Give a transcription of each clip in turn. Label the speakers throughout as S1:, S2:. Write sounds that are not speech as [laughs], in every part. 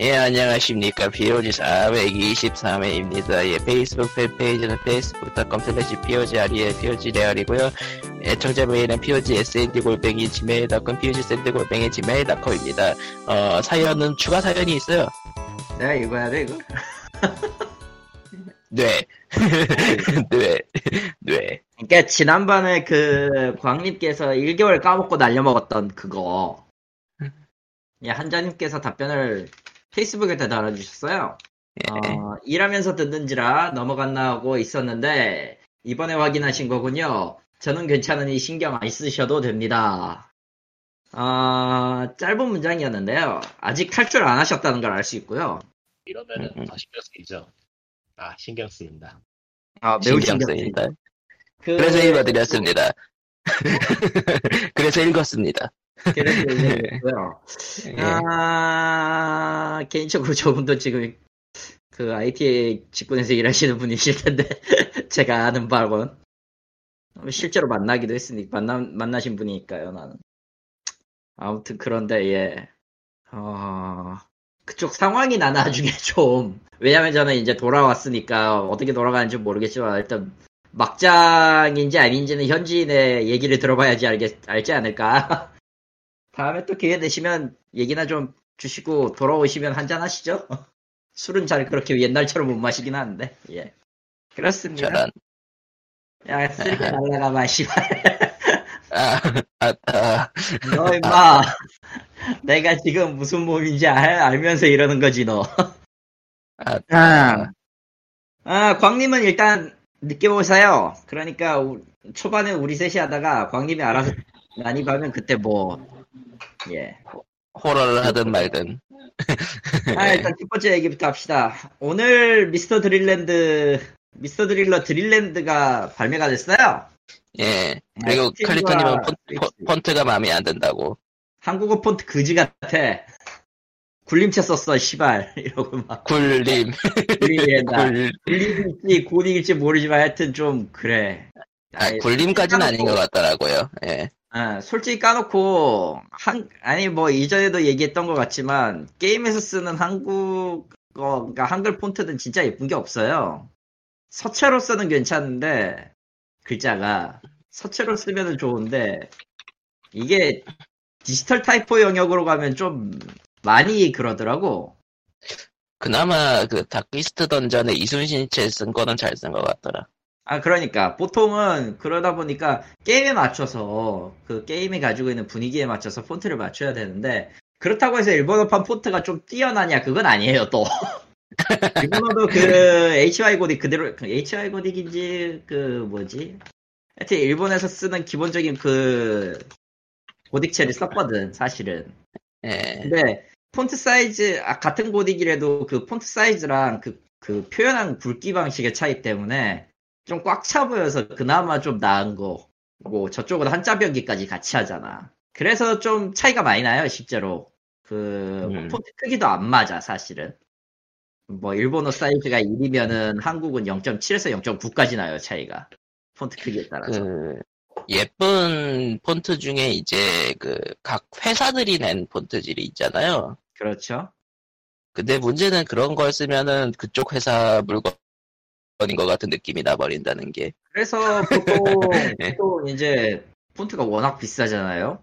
S1: 예, 안녕하십니까. POG 423회입니다. 예, 페이스북 팬페이지는 facebook.com slash POG REL, POG REAL이고요. 예, 애청자 메일은 POG SND 골뱅이 지메일.com, POG SND 골뱅이 지메일.com입니다. 어, 사연은 추가 사연이 있어요.
S2: 내가 읽어야 돼 이거?
S1: 네. [laughs] 네. 네.
S2: [laughs] 그러니까 지난번에 그 광님께서 1개월 까먹고 날려먹었던 그거 예, 한자님께서 답변을 페이스북에다 달아주셨어요
S1: 예.
S2: 어, 일하면서 듣는지라 넘어갔나 하고 있었는데 이번에 확인하신 거군요 저는 괜찮으니 신경 안 쓰셔도 됩니다 아, 짧은 문장이었는데요 아직 탈출 안 하셨다는 걸 알 수 있고요
S3: 이러면은
S1: 음, 음.
S3: 더 신경 쓰이죠. 아 신경 쓰인다.
S2: 아,
S1: 신경 쓰인다. 그래서
S2: 네.
S1: 읽어드렸습니다. [laughs] 그래서 읽었습니다.
S2: 그래서 읽어드렸고요
S1: [laughs] 예.
S2: 네. 아, 개인적으로 저분도 지금 그 IT 직군에서 일하시는 분이실 텐데 [laughs] 제가 아는 바로는 어, 실제로 만나기도 했으니 만나 만나신 분이니까요 나는 아무튼 그런데 예 어, 그쪽 상황이 나 나중에 [laughs] 좀 왜냐면 저는 이제 돌아왔으니까 어떻게 돌아가는지 모르겠지만 일단 막장인지 아닌지는 현지인의 얘기를 들어봐야지 알겠, 알지 않을까 [laughs] 다음에 또 기회 되시면 얘기나 좀 주시고 돌아오시면 한잔 하시죠. [laughs] 술은 잘 그렇게 옛날처럼 못 마시긴 하는데 예 그렇습니다.
S1: 저런.
S2: 야 쓰리가 날라가 마시발
S1: 아, 아, 아.
S2: 너 임마 [laughs] 내가 지금 무슨 몸인지 알, 알면서 이러는 거지 너.
S1: 아,
S2: 아. 아, 광님은 일단 늦게 오세요. 그러니까 우- 초반에 우리 셋이 하다가 광님이 알아서 난입하면 그때 뭐 예.
S1: 호러를 하든 말든.
S2: 아, 일단 첫 번째 얘기부터 합시다. 오늘 미스터 드릴랜드, 미스터 드릴러 드릴랜드가 발매가 됐어요.
S1: 예. 그리고
S2: 스팀과
S1: 클리터님은
S2: 스위치.
S1: 폰, 트가 마음에 안 든다고.
S2: 한국어 폰트 그지 같아. 굴림체 썼어, 시발. [laughs] 이러고
S1: [laughs]
S2: 막.
S1: 굴림, 네.
S2: 굴림이다.
S1: 굴,
S2: 굴림일지 고딩일지 모르지만 하여튼 좀 그래.
S1: 아,
S2: 아니,
S1: 굴림까지는 아닌 것 같더라고요. 예.
S2: 아, 솔직히 까놓고 한 아니 뭐 이전에도 얘기했던 것 같지만 게임에서 쓰는 한국어 그러니까 한글 폰트는 진짜 예쁜 게 없어요. 서체로 쓰는 괜찮은데 글자가 서체로 쓰면은 좋은데 이게 디지털 타이포 영역으로 가면 좀 많이 그러더라고.
S1: 그나마 그 다크이스트 던전에 이순신 채쓴 거는 잘 쓴 것 같더라.
S2: 아, 그러니까. 보통은 그러다 보니까 게임에 맞춰서, 그 게임이 가지고 있는 분위기에 맞춰서 폰트를 맞춰야 되는데, 그렇다고 해서 일본어판 폰트가 좀 뛰어나냐? 그건 아니에요, 또. 일본어도 그, HY 고딕 그대로, 그 HY 고딕인지, 그, 뭐지? 하여튼, 일본에서 쓰는 기본적인 그, 고딕체를 썼거든, 사실은.
S1: 예.
S2: 근데 폰트 사이즈 아, 같은 고딕이라도 그 폰트 사이즈랑 그, 그 표현한 굵기 방식의 차이 때문에 좀 꽉 차 보여서 그나마 좀 나은 거고 저쪽은 한자 변기까지 같이 하잖아. 그래서 좀 차이가 많이 나요 실제로. 그
S1: 음.
S2: 폰트 크기도 안 맞아 사실은. 뭐 일본어 사이즈가 1이면은 한국은 0.7에서 0.9까지 나요 차이가 폰트 크기에 따라서.
S1: 그, 예쁜 폰트 중에 이제 그 각 회사들이 낸 폰트질이 있잖아요.
S2: 그렇죠.
S1: 근데 문제는 그런 걸 쓰면은 그쪽 회사 물건인 것 같은 느낌이 나버린다는 게.
S2: 그래서 보통
S1: 예.
S2: 보통 이제 폰트가 워낙 비싸잖아요.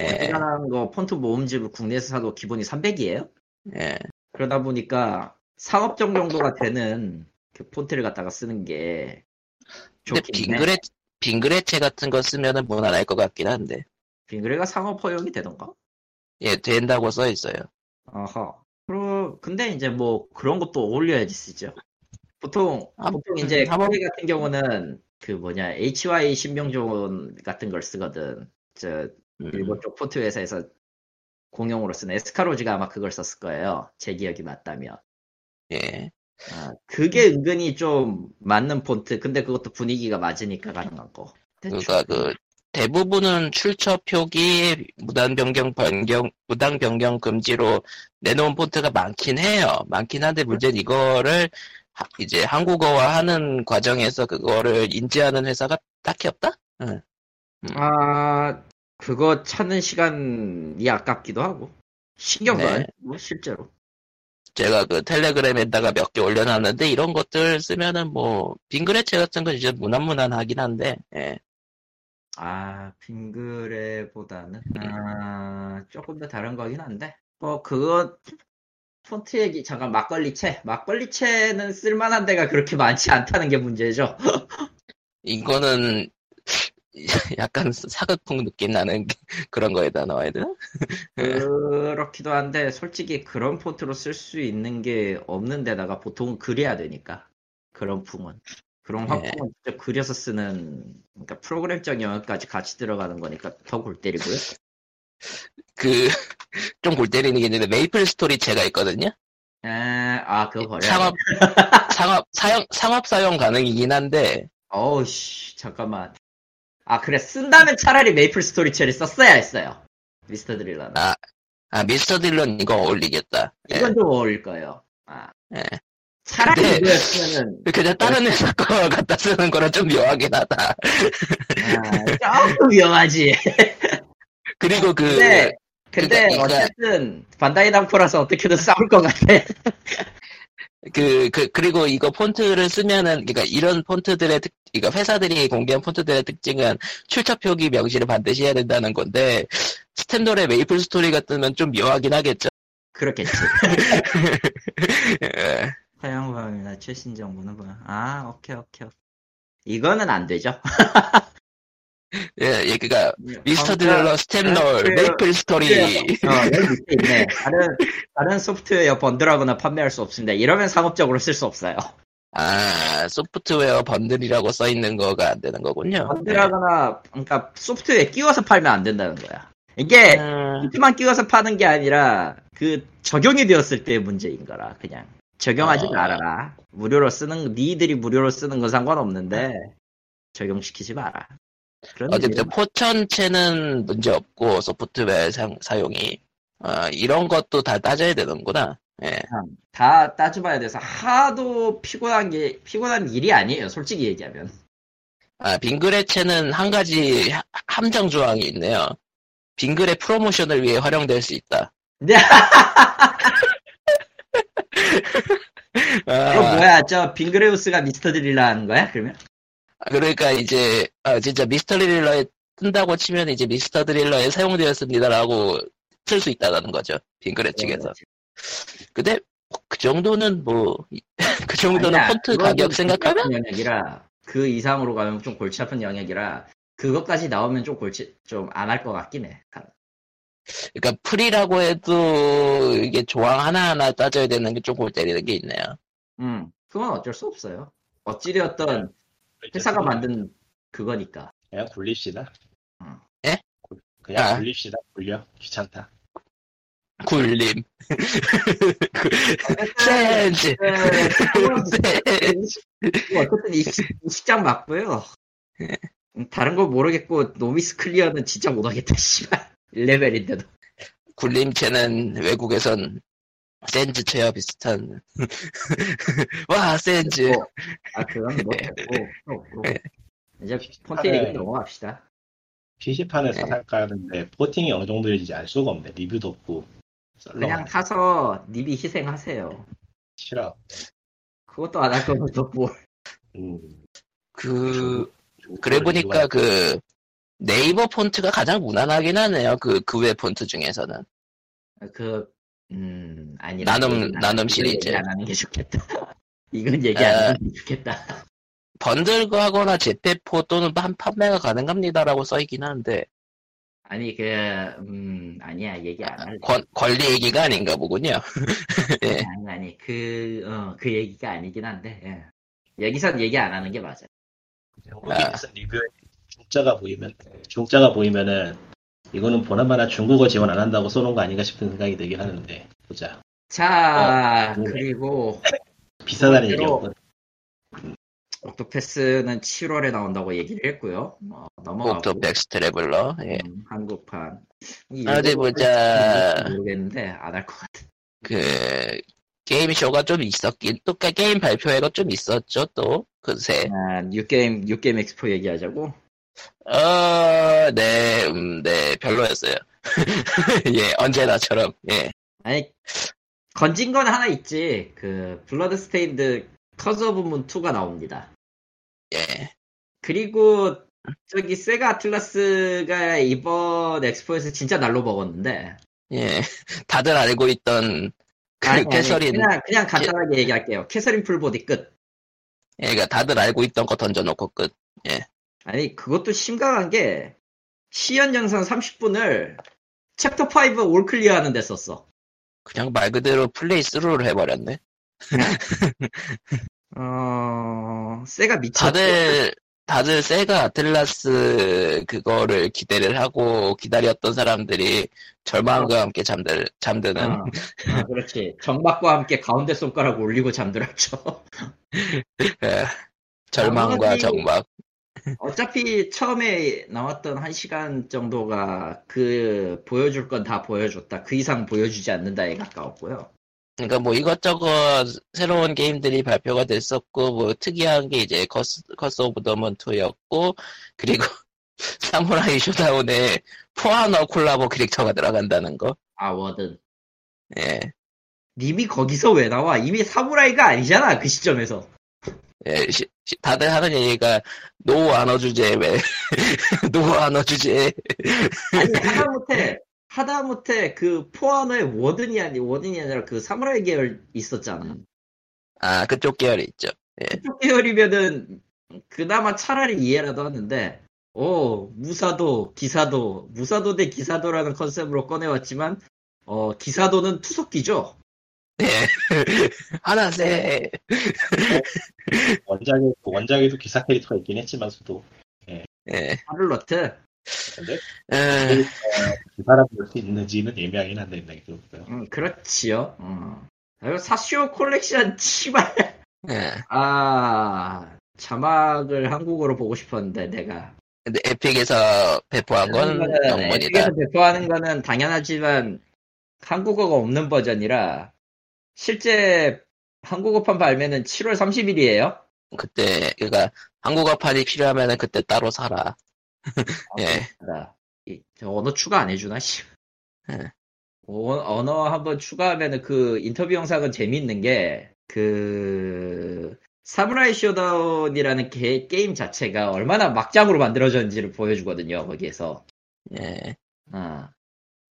S1: 예.
S2: 대단한 거 폰트 모음집을 국내에서 사도 기본이 300이에요.
S1: 예.
S2: 그러다 보니까 상업적 정도가 되는 그 폰트를 갖다가 쓰는 게
S1: 근데
S2: 좋긴 해.
S1: 빙그레 빙그레체 같은 거 쓰면은 뭐 무난할 것 같긴 한데.
S2: 빙그레가 상업 허용이 되던가?
S1: 예, 된다고 써 있어요.
S2: 어허. 그러, 근데 이제 뭐 그런 것도 어울려야지 쓰죠. 보통,
S1: 아,
S2: 보통 이제
S1: 한번-
S2: 코리 같은 경우는 그 뭐냐, HY 신명종 같은 걸 쓰거든. 저,
S1: 음.
S2: 일본 쪽 포트 회사에서 공용으로 쓰는 에스카로지가 아마 그걸 썼을 거예요. 제 기억이 맞다면.
S1: 예.
S2: 아, 그게 은근히 좀 맞는 폰트. 근데 그것도 분위기가 맞으니까 가능한 거. 대충.
S1: 그러니까 그 대부분은 출처 표기 무단 변경 변경 무단 변경 금지로 내놓은 폰트가 많긴 해요. 많긴 한데 문제는 이거를 하- 이제 한국어화 하는 과정에서 그거를 인지하는 회사가 딱히 없다?
S2: 아, 그거 찾는 시간이 아깝기도 하고. 신경도
S1: 네.
S2: 안 쓰고, 실제로.
S1: 제가 그 텔레그램에다가 몇 개 올려놨는데 이런 것들 쓰면은 뭐 빙그레체 같은 건 이제 무난무난하긴 한데 예.
S2: 아, 빙그레보다는
S1: 네.
S2: 아, 조금 더 다른 거긴 한데. 뭐 그거 폰트 얘기 잠깐 막걸리채. 막걸리채는 쓸만한 데가 그렇게 많지 않다는 게 문제죠.
S1: 이거는 [laughs] 약간 사극풍 느낌 나는 [laughs] 그런 거에다 넣어야 되나? 네.
S2: 그렇기도 한데 솔직히 그런 폰트로 쓸 수 있는 게 없는 데다가 보통은 그려야 되니까. 그런 풍은. 그런
S1: 네.
S2: 화풍은 직접 그려서 쓰는 그러니까 프로그램적 영역까지 같이 들어가는 거니까 더 골 때리고요.
S1: 그 [laughs] 좀 골 때리는 게 있는데 메이플 스토리 제가 있거든요.
S2: 에, 아, 그거 버려야 돼.
S1: 상업
S2: [laughs]
S1: 상업 사용 상업 사용 가능이긴 한데
S2: 어우씨, 잠깐만. 아, 그래. 쓴다면 차라리 메이플 스토리 체를 썼어야 했어요. 미스터 드릴러는.
S1: 아, 아 미스터 딜런 이거 어울리겠다. 예.
S2: 이건 좀 어울릴 거예요. 아.
S1: 예.
S2: 차라리
S1: 근데-
S2: 이거였으면은,
S1: 예. 그냥 [laughs]
S2: 네.
S1: 다른 회사 거 갖다 쓰는 거랑 좀 묘하긴 하다.
S2: 아, 조금 위험하지.
S1: 그리고 그
S2: 근데, 네. 근데
S1: 그러니까-
S2: 어쨌든, 반다이 남코라서 어떻게든 [laughs] 싸울 것 같아.
S1: 그, 그, 그리고 이거 폰트를 쓰면은, 그니까 이런 폰트들의 특, 그니까 회사들이 공개한 폰트들의 특징은 출처 표기 명시를 반드시 해야 된다는 건데, 스탠돌에 메이플 스토리가 뜨면 좀 묘하긴 하겠죠.
S2: 그렇겠지.
S1: 예.
S2: [laughs] 사용방이나 최신 정보는 뭐야. 아, 오케이, 오케이. 오케이. 이거는 안 [laughs] 되죠.
S1: 예, 예, 그니까, 미스터
S2: 방금-
S1: 드릴러 스탠돌,
S2: 그래요.
S1: 메이플 스토리.
S2: 어, 여기 밑에 있네. 다른, 다른 소프트웨어 번들하거나 판매할 수 없습니다. 이러면 상업적으로 쓸 수 없어요.
S1: 아, 소프트웨어 번들이라고 써있는 거가 안 되는 거군요.
S2: 번들하거나, 그러니까 소프트웨어에 끼워서 팔면 안 된다는 거야. 이게,
S1: 음,
S2: 소프트만 끼워서 파는 게 아니라, 그, 적용이 되었을 때의 문제인 거라, 그냥. 적용하지
S1: 아.
S2: 말아라. 무료로 쓰는, 니들이 무료로 쓰는 건 상관없는데, 적용시키지 마라. 그런
S1: 아. 어쨌든
S2: 일이야.
S1: 포천체는 문제 없고, 소프트웨어 상- 사용이. 아, 이런 것도 다 따져야 되는구나. 예.
S2: 다 따져봐야 돼서 하도 피곤한 게, 피곤한 일이 아니에요, 솔직히 얘기하면.
S1: 아, 빙그레체는 한 가지 하- 함정 조항이 있네요. 빙그레 프로모션을 위해 활용될 수
S2: [laughs]
S1: 있다.
S2: 네.
S1: 아,
S2: 이거 뭐야, 저 빙그레우스가 미스터 드릴라 하는 거야, 그러면?
S1: 그러니까 이제 아, 진짜 미스터 드릴러에 뜬다고 치면 이제 미스터 드릴러에 사용되었습니다라고 쓸 수 있다라는 거죠. 빙그레
S2: 네.
S1: 측에서.
S2: 어,
S1: 근데 그 정도는 뭐 [laughs] 그 정도는
S2: 아니야,
S1: 폰트
S2: 그건 좀
S1: 가격 생각하면
S2: 골치 아픈 영역이라 그 이상으로 가면 좀 골치 아픈 영역이라 그것까지 나오면 좀 골치 좀 안 할 것 같긴 해.
S1: 그러니까 프리라고 해도 이게 조항 하나하나 따져야 되는 게 조금 때리는 게 있네요.
S2: 음, 그건 어쩔 수 없어요. 어찌되었던 회사가
S3: 어쨌든
S4: 네.
S2: 만든 음. 그거니까.
S3: 그렇죠. 그냥 굴립시다.
S1: 예?
S3: 그냥
S1: 아.
S3: 굴립시다. 굴려. 귀찮다.
S1: 굴림. 센즈.
S2: 아,
S1: 센즈.
S2: 뭐 [laughs] 어쨌든 이 시- 이 시장 맞고요. 음, 다른 건 모르겠고 노미스 클리어는 진짜 못하겠다 [laughs] 씨발 1레벨인데도
S1: [laughs] 굴림체는 외국에선 센즈체와 비슷한. [laughs] 와, 센즈.
S2: 아 그건 뭐 없고 이제 폰트
S3: 네.
S2: 얘기 넘어갑시다
S3: PC판에
S1: 네.
S3: 사살가는데 포팅이 어느 정도인지 알 수가 없네. 리뷰도 없고.
S2: 그냥
S3: 썰렁하네.
S2: 사서 님이 희생하세요.
S3: 싫어.
S2: 그것도 안 할 거면 뭐. 또 뭘.
S3: 음.
S1: 그,
S3: 좋은
S1: 그래
S3: 걸 좋아해.
S1: 보니까 그 네이버 폰트가 가장 무난하긴 하네요. 그, 그 외 폰트 중에서는.
S2: 그, 음, 아니.
S1: 나눔- 나눔 시리즈.
S2: 안 하는 게 좋겠다. [laughs] 이건 얘기 안
S1: 아.
S2: 하는 게 좋겠다.
S1: 번들거 하거나 재배포 또는 판- 판매가 가능합니다라고 써있긴 한데,
S2: 아니, 그, 음, 아니야. 얘기 안 할래.
S1: 권, 권리 얘기가 아닌가 보군요. 네.
S2: 아니, 아니. 그, 어, 그 얘기가 아니긴 한데, 예. 여기선 얘기 안 하는 게 맞아.
S1: 아.
S3: 한국에서 리뷰에 중자가 보이면 중자가 보이면은 이거는 보나마나 중국어 지원 안 한다고 써놓은 거 아닌가 싶은 생각이 들긴 하는데 보자
S2: 자,
S3: 어,
S1: 네.
S3: 음.
S2: 그리고,
S3: 비싸다는 얘기
S2: 그리고-
S3: 없고
S2: 옥토패스는 7월에 나온다고 얘기를 했고요. 어, 넘어가고.
S1: 옥토백스 트래블러. 예.
S2: 음, 한국판. 음.
S1: 어디 아, 네, 보자.
S2: 모르겠는데, 안 할 것 같아.
S1: 그, 게임쇼가 좀 있었긴, 또 게- 게임 발표회가 좀 있었죠, 또. 그새.
S2: 아, 뉴게임, 뉴게임 엑스포 얘기하자고?
S1: 어, 네, [laughs] 음, 네, 별로였어요. 예, 언제나처럼, 예.
S2: 아니, 건진 건 하나 있지. 그 블러드 스테인드 커즈 오브 문 2가 나옵니다.
S1: 예.
S2: 그리고 저기 세가 아틀라스가 이번 엑스포에서 진짜 날로 먹었는데
S1: 예. 다들 알고 있던 그
S2: 아니, 아니,
S1: 캐서린,
S2: 그냥 그냥 간단하게 얘기할게요. 캐서린 풀보디 끝.
S1: 예, 그러니까 다들 알고 있던 거 던져놓고 끝.
S2: 아니 그것도 심각한 게 시연 영상 30분을 챕터 5 올클리어 하는데 썼어.
S1: 그냥 말 그대로 플레이 스루를 해버렸네.
S2: 어 세가 미쳤지.
S1: 다들 다들 세가 아틀라스 그거를 기대를 하고 기다렸던 사람들이 절망과 함께 잠들 잠드는
S2: 어, 어, 그렇지. 정박과 함께 가운데 손가락 올리고 잠들었죠.
S1: 예. 절망과
S2: 나머지-
S1: 정막.
S2: 어차피 처음에 나왔던 한시간 정도가 그 보여줄 건 다 보여줬다. 그 이상 보여주지 않는다에 가까웠고요.
S1: 그러니까 뭐 이것저것 새로운 게임들이 발표가 됐었고 뭐 특이한 게 이제 커스, 커스 오브 더먼 2였고 그리고 [laughs] 사무라이 쇼다운에 포아너 콜라보 뭐 캐릭터가 들어간다는 거.
S2: 아, 워든.
S1: 예.
S2: 님이 거기서 왜 나와? 이미 사무라이가 아니잖아, 그 시점에서.
S1: 예, 시- 시- 다들 하는 얘기가 노 아너 주제 왜 [laughs] 노 아너 주제
S2: 아니, 하다못해, 하다못해 그 포아노의 워든이 아니, 워든이 아니라 그 사무라이 계열 있었잖아.
S1: 아 그쪽 계열이 있죠
S2: 그쪽 계열이면은 그나마 차라리 이해라도 하는데, 오, 무사도, 기사도, 무사도 대 기사도라는 컨셉으로 꺼내왔지만, 어, 기사도는 투석기죠?
S1: [laughs] 네 하나세
S3: 원작에 원작에도 기사 캐릭터가 있긴 했지만 서도
S1: 예.
S2: 샤를로트
S3: 근데
S1: 음,
S2: 네.
S3: 그 사람 볼수 있는지는 예매하긴 그, 한다 생각이 들었고요.
S2: 음, 그렇지요 음. 그리고 사쇼 콜렉션 치발
S1: 예.
S2: 아 자막을 한국어로 보고 싶었는데 내가
S1: 근데 에픽에서 배포한 건
S2: 그거는
S1: 영문이다
S2: 네. 에픽에서 배포하는 거는 당연하지만 한국어가 없는 버전이라 실제 한국어판 발매는 7월 30일이에요
S1: 그때 그러니까 한국어판이 필요하면은 그때 따로 사라
S2: 아.
S1: 예
S2: 언어 추가 안 해주나 씨.
S1: 예.
S2: 원- 언어 한번 추가하면은 그 인터뷰 영상은 재밌는 게 그 사무라이 쇼다운이라는 게, 게임 자체가 얼마나 막장으로 만들어졌는지를 보여주거든요 거기에서
S1: 예.
S2: 아.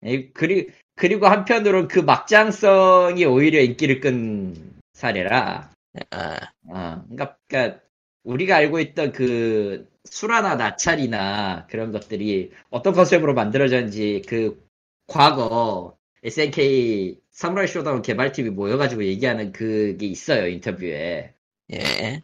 S2: 에, 그리, 그리고 한편으로는 그 막장성이 오히려 인기를 끈 사례라
S1: 아,
S2: 아, 그러니까, 그러니까 우리가 알고 있던 그 수라나 나찰이나 그런 것들이 어떤 컨셉으로 만들어졌는지 그 과거 SNK 사무라이 쇼다운 개발팀이 모여가지고 얘기하는 그게 있어요 인터뷰에
S1: 예.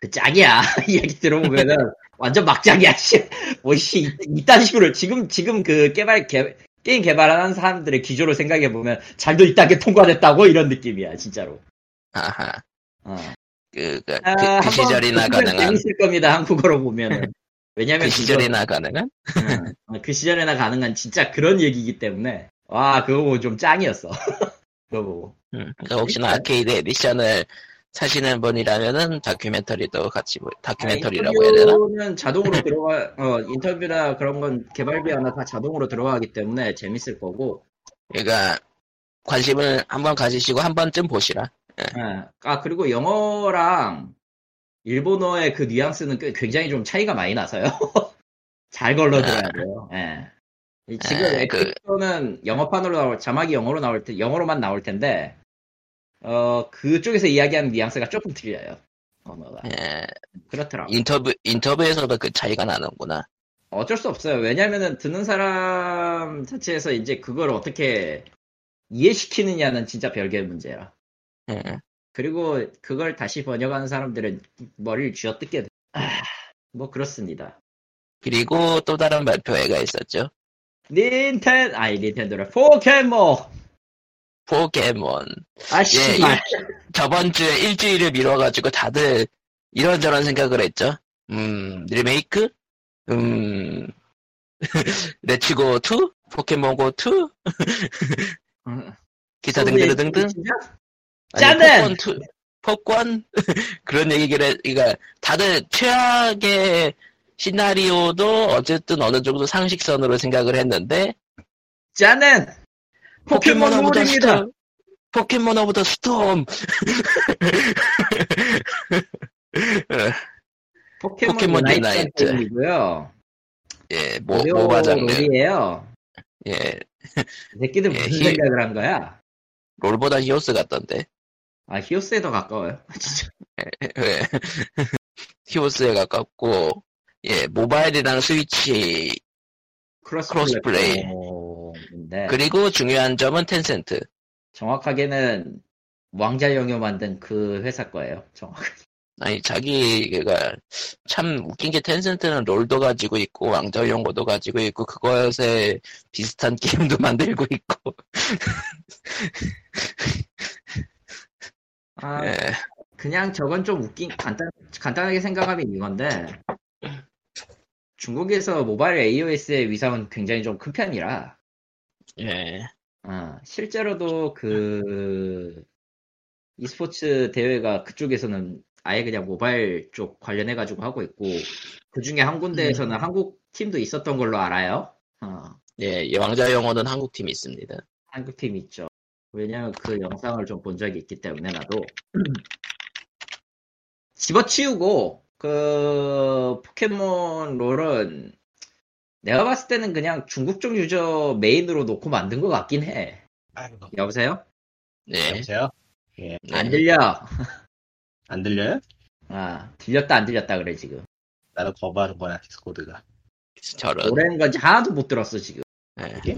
S2: 그 짝이야 [laughs] 이야기 들어보면은 완전 막장이야 [laughs] 씨 뭐씨 이딴 식으로 지금 지금 그 개발 개, 게임 개발하는 사람들의 기조로 생각해 보면 잘도 이딴게 통과됐다고 이런 느낌이야 진짜로
S1: 아하
S2: 어.
S1: 그, 그,
S2: 아,
S1: 그
S2: 한번
S1: 시절이나
S2: 보시면
S1: 가능한
S2: 재밌을 겁니다 한국어로 보면은 왜냐면
S1: 그 시절이나 가능한
S2: 그거- 응, 그 시절에나 가능한 진짜 그런 얘기이기 때문에 와 그거 보고 좀 짱이었어 [laughs] 그거 보고
S1: 음, 그러니까 혹시나 아케이드 에디션을 사시는 분이라면은 다큐멘터리도 같이 보- 다큐멘터리라고 해야 되나?
S2: 인터뷰는 자동으로 들어가 어 인터뷰나 그런 건 개발비 하나 다 자동으로 들어가기 때문에 재밌을 거고
S1: 그러니까 관심을 한번 가지시고 한 번쯤 보시라.
S2: 예. 아 그리고 영어랑 일본어의 그 뉘앙스는 꽤- 굉장히 좀 차이가 많이 나서요 [laughs] 잘 걸러들어야 돼요 예. 이 지금
S1: 아, 그-
S2: 엑스는 영어판으로 나올 자막이 영어로 나올 때 영어로만 나올 텐데 어 그쪽에서 이야기하는 뉘앙스가 조금 틀려요 언어가
S1: 예,
S2: 그렇더라고 요
S1: 인터뷰 인터뷰에서도 그 차이가 나는구나.
S2: 어쩔 수 없어요 왜냐면은 듣는 사람 자체에서 이제 그걸 어떻게 이해시키느냐는 진짜 별개의 문제라
S1: 예,
S2: 그리고 그걸 다시 번역하는 사람들은 머리를 쥐어뜯게 돼. 아, 뭐 그렇습니다.
S1: 그리고 또 다른 발표회가 있었죠.
S2: 닌텐 아니 닌텐도라 포켓몬
S1: 포켓몬.
S2: 아씨
S1: 예.
S2: 발
S1: 저번 주에 일주일을 미뤄가지고 다들 이런저런 생각을 했죠. 음, 리메이크? 음, [laughs] 레츠고 2? 포켓몬고 2? 기타 등등등등. 아니,
S2: 네,
S1: 폭권
S2: 짜는!
S1: 투- 폭권? [laughs] 그런 얘기를, 그러니까 다들 최악의 시나리오도 어쨌든 어느 정도 상식선으로 생각을 했는데
S2: 짜는 포켓몬
S1: 포켓몬하고
S2: 롤입니다.
S1: 닥쳐- 포켓몬 오브 더 스톰
S2: 포켓몬,
S1: 포켓몬
S2: 유나이트
S1: 유나이트.
S2: 게임이고요.
S1: 예, 모, 모바 장르
S2: 롤이에요.
S1: 예,
S2: 이 새끼들
S1: 예,
S2: 무슨
S1: 힐.
S2: 생각을 한 거야?
S1: 롤보다 히오스 같던데
S2: 아 히오스에 더 가까워요. 진짜.
S1: 예. [laughs] 히오스에 가깝고 예, 모바일이랑 스위치
S2: 크로스
S1: 크로스플레이.
S2: 플랫폼인데
S1: 그리고 중요한 점은 텐센트
S2: 정확하게는 왕자 영유 만든 그 회사 거예요. 정확.
S1: 아니 자기가 참 웃긴 게 텐센트는 롤도 가지고 있고 왕자용고도 가지고 있고 그것에 비슷한 [laughs] 게임도 만들고 있고
S2: 아,
S1: 예.
S2: 그냥 저건 좀 웃긴 간단 간단하게 생각하면 이건데 중국에서 모바일 AOS의 위상은 굉장히 좀 큰 편이라
S1: 예.
S2: 아, 실제로도 그 e스포츠 대회가 그쪽에서는 아예 그냥 모바일 쪽 관련해가지고 하고 있고 그 중에 한 군데에서는 한국 팀도 있었던 걸로 알아요. 어,
S1: 예, 이 왕자 영어는 한국 팀이 있습니다.
S2: 한국 팀 있죠. 왜냐면 그 영상을 좀 본 적이 있기 때문에 나도 [clears throat] 집어치우고 그 포켓몬 롤은 내가 봤을 때는 그냥 중국 쪽 유저 메인으로 놓고 만든 것 같긴 해.
S3: 아이고.
S2: 여보세요?
S1: 네.
S3: 여보세요?
S1: 네.
S2: 안 들려.
S3: 안 들려요?
S2: 아, 들렸다 안 들렸다 그래 지금.
S3: 나를 거부하는 거나 디스코드가
S1: 저런.
S2: 노래는 건지 하나도 못 들었어 지금.
S1: 예.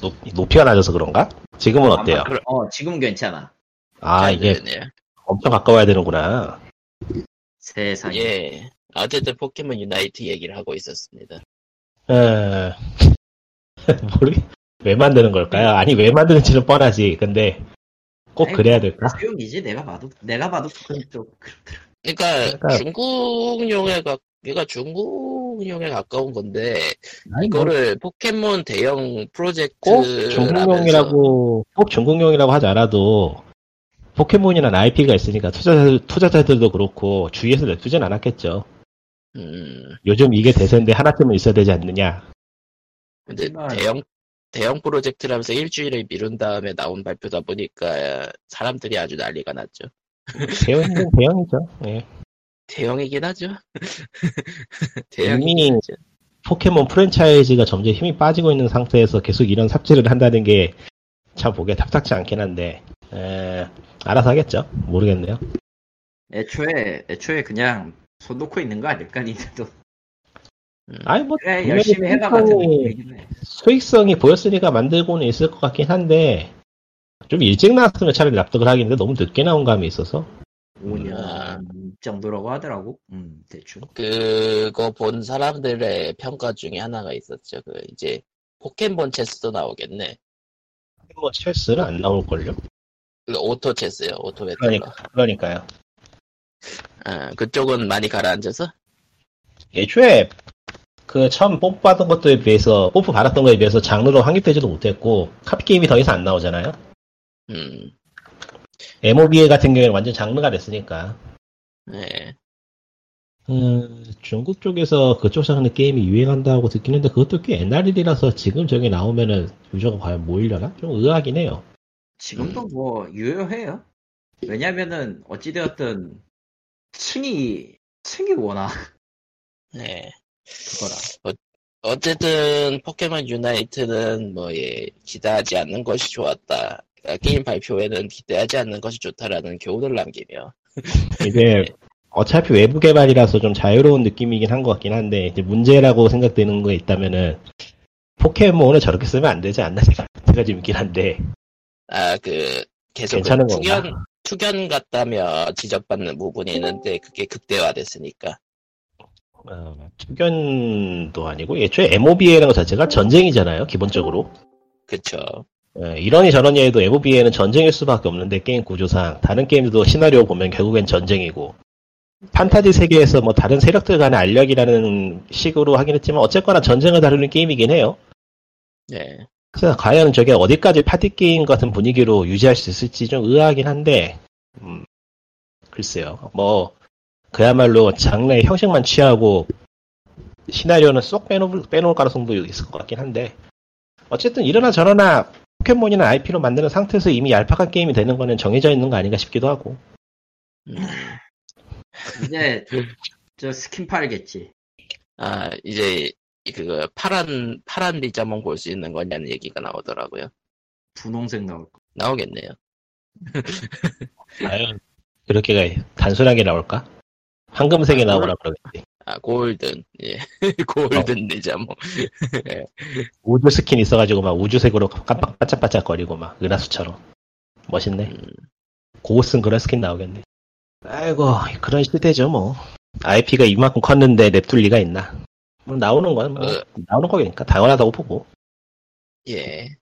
S4: 높, 높이가 낮아서 그런가? 지금은 어때요?
S1: 그런-
S2: 어, 지금 괜찮아.
S4: 아, 이게
S1: 네네. 예.
S4: 엄청 가까워야 되는구나.
S2: 세상에.
S1: 예. 어쨌든 포켓몬 유나이트 얘기를 하고 있었습니다.
S4: 에... [laughs] 모르... 왜 만드는 걸까요? 아니, 왜 만드는지는 뻔하지. 근데 꼭
S2: 아니,
S4: 그래야 될까?
S2: 수용이지 내가 봐도 내가 봐도 그쪽
S1: 그러니까,
S4: 그러니까-
S1: 중국용에 가 얘가 중국용에 가까운 건데
S4: 아니, 뭐
S1: 이거를 포켓몬 대형
S4: 꼭
S1: 프로젝트라면서
S4: 중국용이라고, 꼭 중국용이라고 하지 않아도 포켓몬이란 IP가 있으니까 투자자들, 투자자들도 그렇고 주위에서 내두진 않았겠죠.
S1: 음.
S4: 요즘 이게 대세인데 하나쯤은 있어야 되지 않느냐.
S1: 근데
S2: 하지만-
S1: 대형 대형 프로젝트라면서 일주일을 미룬 다음에 나온 발표다 보니까 사람들이 아주 난리가 났죠.
S4: 대형, 대형이죠. 예.
S1: 대형이긴 하죠. [laughs]
S4: 이미-
S1: 대형이긴 하죠.
S4: 포켓몬 프랜차이즈가 점점 힘이 빠지고 있는 상태에서 계속 이런 삽질을 한다는 게 참 보기에 답답지 않긴 한데 에, 알아서 하겠죠 모르겠네요
S2: 애초에 애초에 그냥 손 놓고 있는 거 아닐까 니네도.
S4: 아니 뭐
S2: 그래
S4: 분명히
S2: 네, 열심히 해봐가지고
S4: 수익성이-
S2: 네,
S4: 수익성이 보였으니까 만들고는 있을 것 같긴 한데 좀 일찍 나왔으면 차라리 납득을 하겠는데 너무 늦게 나온 감이 있어서
S1: 아.
S2: 5년 정도라고 하더라고. 음 대충.
S1: 그거 본 사람들의 평가 중에 하나가 있었죠. 그 이제 포켓몬 체스도 나오겠네.
S4: 뭐 체스는 안 나올걸요
S1: 그 오토 체스요, 오토 배틀러.
S4: 그러니까. 그러니까요
S1: 아, 그쪽은 많이 가라앉아서.
S4: 애초에 그 처음 뽀뽀 받은 것들에 비해서 뽀뽀 받았던 거에 비해서 장르로 확립되지도 못했고 카피 게임이 더 이상 안 나오잖아요
S1: 음,
S4: MOBA 같은 경우에는 완전 장르가 됐으니까
S1: 예.
S4: 음, 중국 쪽에서 그쪽 장르 게임이 유행한다고 듣긴 했는데 그것도 꽤 옛날 일이라서 지금 저게 나오면은 유저가 과연 모이려나? 좀 의아하긴 해요.
S2: 지금도
S1: 음.
S2: 뭐 유효해요. 왜냐면은 어찌되었든 층이 층이 워낙 [laughs]
S1: 네. 어,
S2: 그거라.
S1: 어쨌든 포켓몬 유나이트는 뭐 예, 기대하지 않는 것이 좋았다. 그러니까 게임 발표에는 기대하지 않는 것이 좋다라는 교훈을 남기며
S4: 이게 어차피 외부 개발이라서 좀 자유로운 느낌이긴 한 것 같긴 한데 이제 문제라고 생각되는 거에 있다면은 포켓몬을 저렇게 쓰면 안 되지 않나 생각이 좀 있긴 한데
S1: 아 그 계속 그
S4: 괜찮은 건가?
S1: 투견 투견 같다며 지적받는 부분이 있는데 그게 극대화됐으니까.
S4: 어, 투견도 아니고 애초에 MOBA라는 것 자체가 전쟁이잖아요 기본적으로
S1: 그쵸.
S4: 예, 이러니 저러니 해도 MOBA는 전쟁일 수밖에 없는데 게임 구조상 다른 게임도 시나리오 보면 결국엔 전쟁이고 판타지 세계에서 뭐 다른 세력들 간의 알력이라는 식으로 하긴 했지만 어쨌거나 전쟁을 다루는 게임이긴 해요.
S1: 네.
S4: 그래서 과연 저게 어디까지 파티 게임 같은 분위기로 유지할 수 있을지 좀 의아하긴 한데 음, 글쎄요. 뭐 그야말로 장르의 형식만 취하고 시나리오는 쏙 빼놓을, 빼놓을 가능성도 있을 것 같긴 한데 어쨌든 이러나 저러나 포켓몬이나 IP로 만드는 상태에서 이미 얄팍한 게임이 되는 거는 정해져 있는 거 아닌가 싶기도 하고.
S2: 이제 저 스킨 팔겠지.
S1: 아 이제 그 파란 파란 리자몽 볼 수 있는 거냐는 얘기가 나오더라고요.
S2: 분홍색 나올 거.
S1: 나오겠네요.
S4: 과연 그렇게 단순하게 나올까? 황금색이 나오라 그러겠지.
S1: 아 골든 예 [laughs] 골든 리자몽 뭐.
S4: 우주 스킨 있어가지고 막 우주색으로 깜빡 반짝반짝거리고 막 은하수처럼 멋있네.
S1: 음.
S4: 고스는 그런 스킨 나오겠네. 아이고 그런 시대죠 뭐. IP가 이만큼 컸는데 냅둘 리가 있나? 뭐 나오는 건 뭐,
S1: 어.
S4: 나오는 거니까 당연하다고 보고.
S1: 예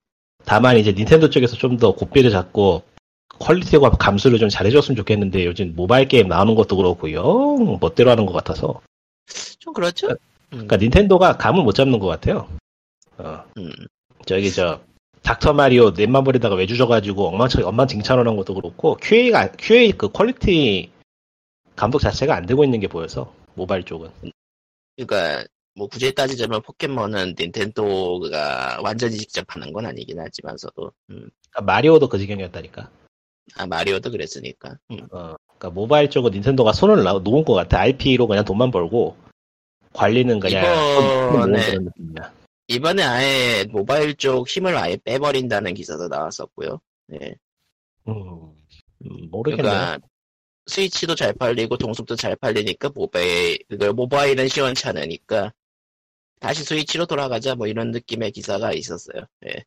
S4: 다만 이제 닌텐도 쪽에서 좀 더 고삐를 잡고 퀄리티와 감수를 좀 잘해줬으면 좋겠는데 요즘 모바일 게임 나오는 것도 그렇고 영 멋대로 하는 것 같아서
S1: 좀 그렇죠. 음,
S4: 그러니까 닌텐도가 감을 못 잡는 것 같아요. 어.
S1: 음.
S4: 저기 저 닥터 마리오 넷만 버리다가 왜 주져가지고 엉망처 엉망진창하는 것도 그렇고 QA가 QA 그 퀄리티 감독 자체가 안 되고 있는 게 보여서 모바일 쪽은
S1: 그러니까 뭐 굳이 따지자면 포켓몬은 닌텐도가 완전히 직접 하는 건 아니긴 하지만서도 음,
S4: 그러니까 마리오도 그 지경이었다니까.
S1: 아 마리오도 그랬으니까 음,
S4: 어, 그러니까 모바일 쪽은 닌텐도가 손을 놔- 놓은 것 같아. IP로 그냥 돈만 벌고 관리는 그냥
S1: 그러니까 이번에-
S4: 모은 그런 느낌이야.
S1: 이번에 아예 모바일 쪽 힘을 아예 빼버린다는 기사도 나왔었고요. 예.
S4: 음, 음, 모르겠네.
S1: 그러니까 스위치도 잘 팔리고 동숲도 잘 팔리니까 모바일 그걸 모바일은 시원찮으니까 다시 스위치로 돌아가자 뭐 이런 느낌의 기사가 있었어요. 예.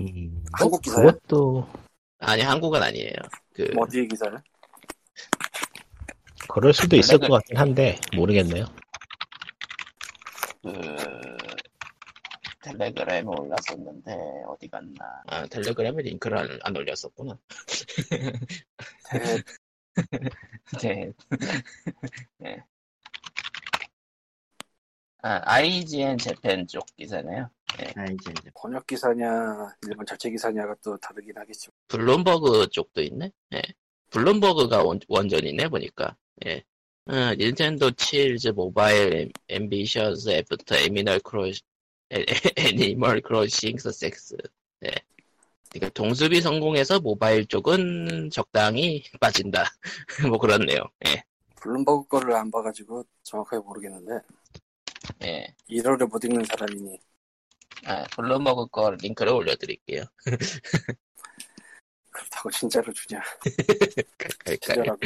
S4: 음,
S5: 한국
S4: 뭐
S5: 기사야?
S4: 그것도
S1: 아니 한국은 아니에요. 그
S5: 뭐 어디의 기사야?
S4: 그럴 수도 있을
S5: 연락을-
S4: 것 같긴 한데 모르겠네요.
S1: 그 텔레그램에 올랐었는데 어디 갔나? 아 텔레그램에 링크를 안, 안 올렸었구나.
S5: 대-
S1: [laughs] 네. 네. 아 IGN 재팬 쪽 기사네요.
S2: 아 이제 이제
S5: 번역 기사냐, 일본 자체 기사냐가 또 다르긴 하겠지.
S1: 블룸버그 쪽도 있네. 예. 블룸버그가 원, 원전이네 보니까. 예. 어, 닌텐도 칠즈 모바일 앰비션스 애프터 에미널 크로시 애- 애니멀 크로싱스 섹스. 예. 그러니까 동숲이 성공해서 모바일 쪽은 적당히 [laughs] 빠진다. 뭐 그렇네요. 예.
S5: 블룸버그 거를 안 봐가지고 정확하게 모르겠는데
S1: 예.
S5: 일월에 못 읽는 사람이니
S1: 아, 블룸버그 거 링크를 올려드릴게요.
S5: 그렇다고 진짜로 주냐?
S1: 그러니까
S5: 진짜라고.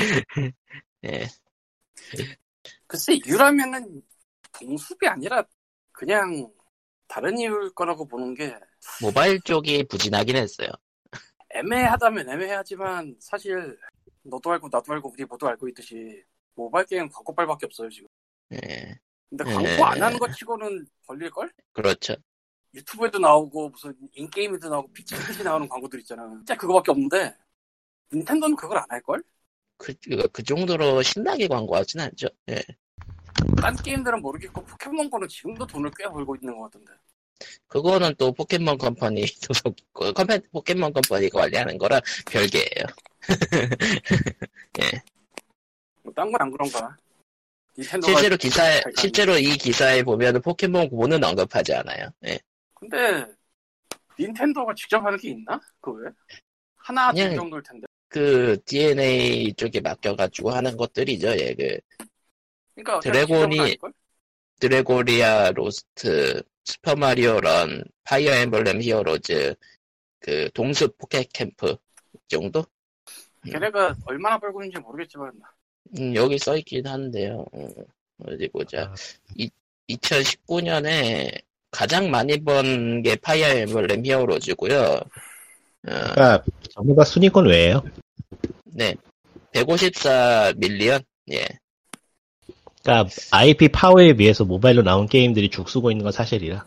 S1: 예.
S5: 글쎄 유라면은 동숲이 아니라 그냥 다른 이유일 거라고 보는 게
S1: 모바일 쪽이 부진하긴 했어요.
S5: 애매하다면 애매하지만 사실 너도 알고 나도 알고 우리 모두 알고 있듯이 모바일 게임 광고빨밖에 없어요 지금.
S1: 예.
S5: 근데
S1: 예.
S5: 광고 안 하는 것 치고는 벌릴 걸?
S1: 그렇죠.
S5: 유튜브에도 나오고 무슨 인게임에도 나오고 피치피치 나오는 광고들 있잖아. 진짜 그거밖에 없는데 닌텐도는 그걸 안 할 걸?
S1: 그, 그, 그 정도로 신나게 광고하진 않죠. 예.
S5: 딴 게임들은 모르겠고 포켓몬 거는 지금도 돈을 꽤 벌고 있는 것 같은데.
S1: 그거는 또 포켓몬 컴퍼니, [laughs] 소속- 그 컴페- 포켓몬 컴퍼니가 관리하는 거라 별개예요.
S5: 뭐 딴 건 안 그런가? 닌텐도가
S1: 실제로 기사에,
S5: 잘 가는-
S1: 실제로 이 기사에 보면 포켓몬 고는 언급하지 않아요. 예.
S5: 근데 닌텐도가 직접 하는 게 있나? 그 왜? 하나
S1: 그냥-
S5: 둘 정도일 텐데.
S1: 그 DNA 쪽에 맡겨가지고 하는 것들이죠. 예, 그
S5: 그러니까 어차피
S1: 드래곤이- 음.
S5: 직접은 아닐걸?
S1: 드래고리아 로스트, 슈퍼마리오 런, 파이어 엠블렘 히어로즈, 그 동숲 포켓 캠프 정도?
S5: 걔네가 얼마나 벌고 있는지 모르겠지만
S1: 음, 여기 써 있긴 한데요. 음, 어디 보자.
S4: 아.
S1: 2019년에 가장 많이 번 게 파이어 엠블렘 히어로즈고요. 어,
S4: 그러니까 전부 다 순위권 외예요.
S1: 네, 154 밀리언. 예,
S4: 그러니까 IP 파워에 비해서 모바일로 나온 게임들이 죽쓰고 있는 건 사실이라.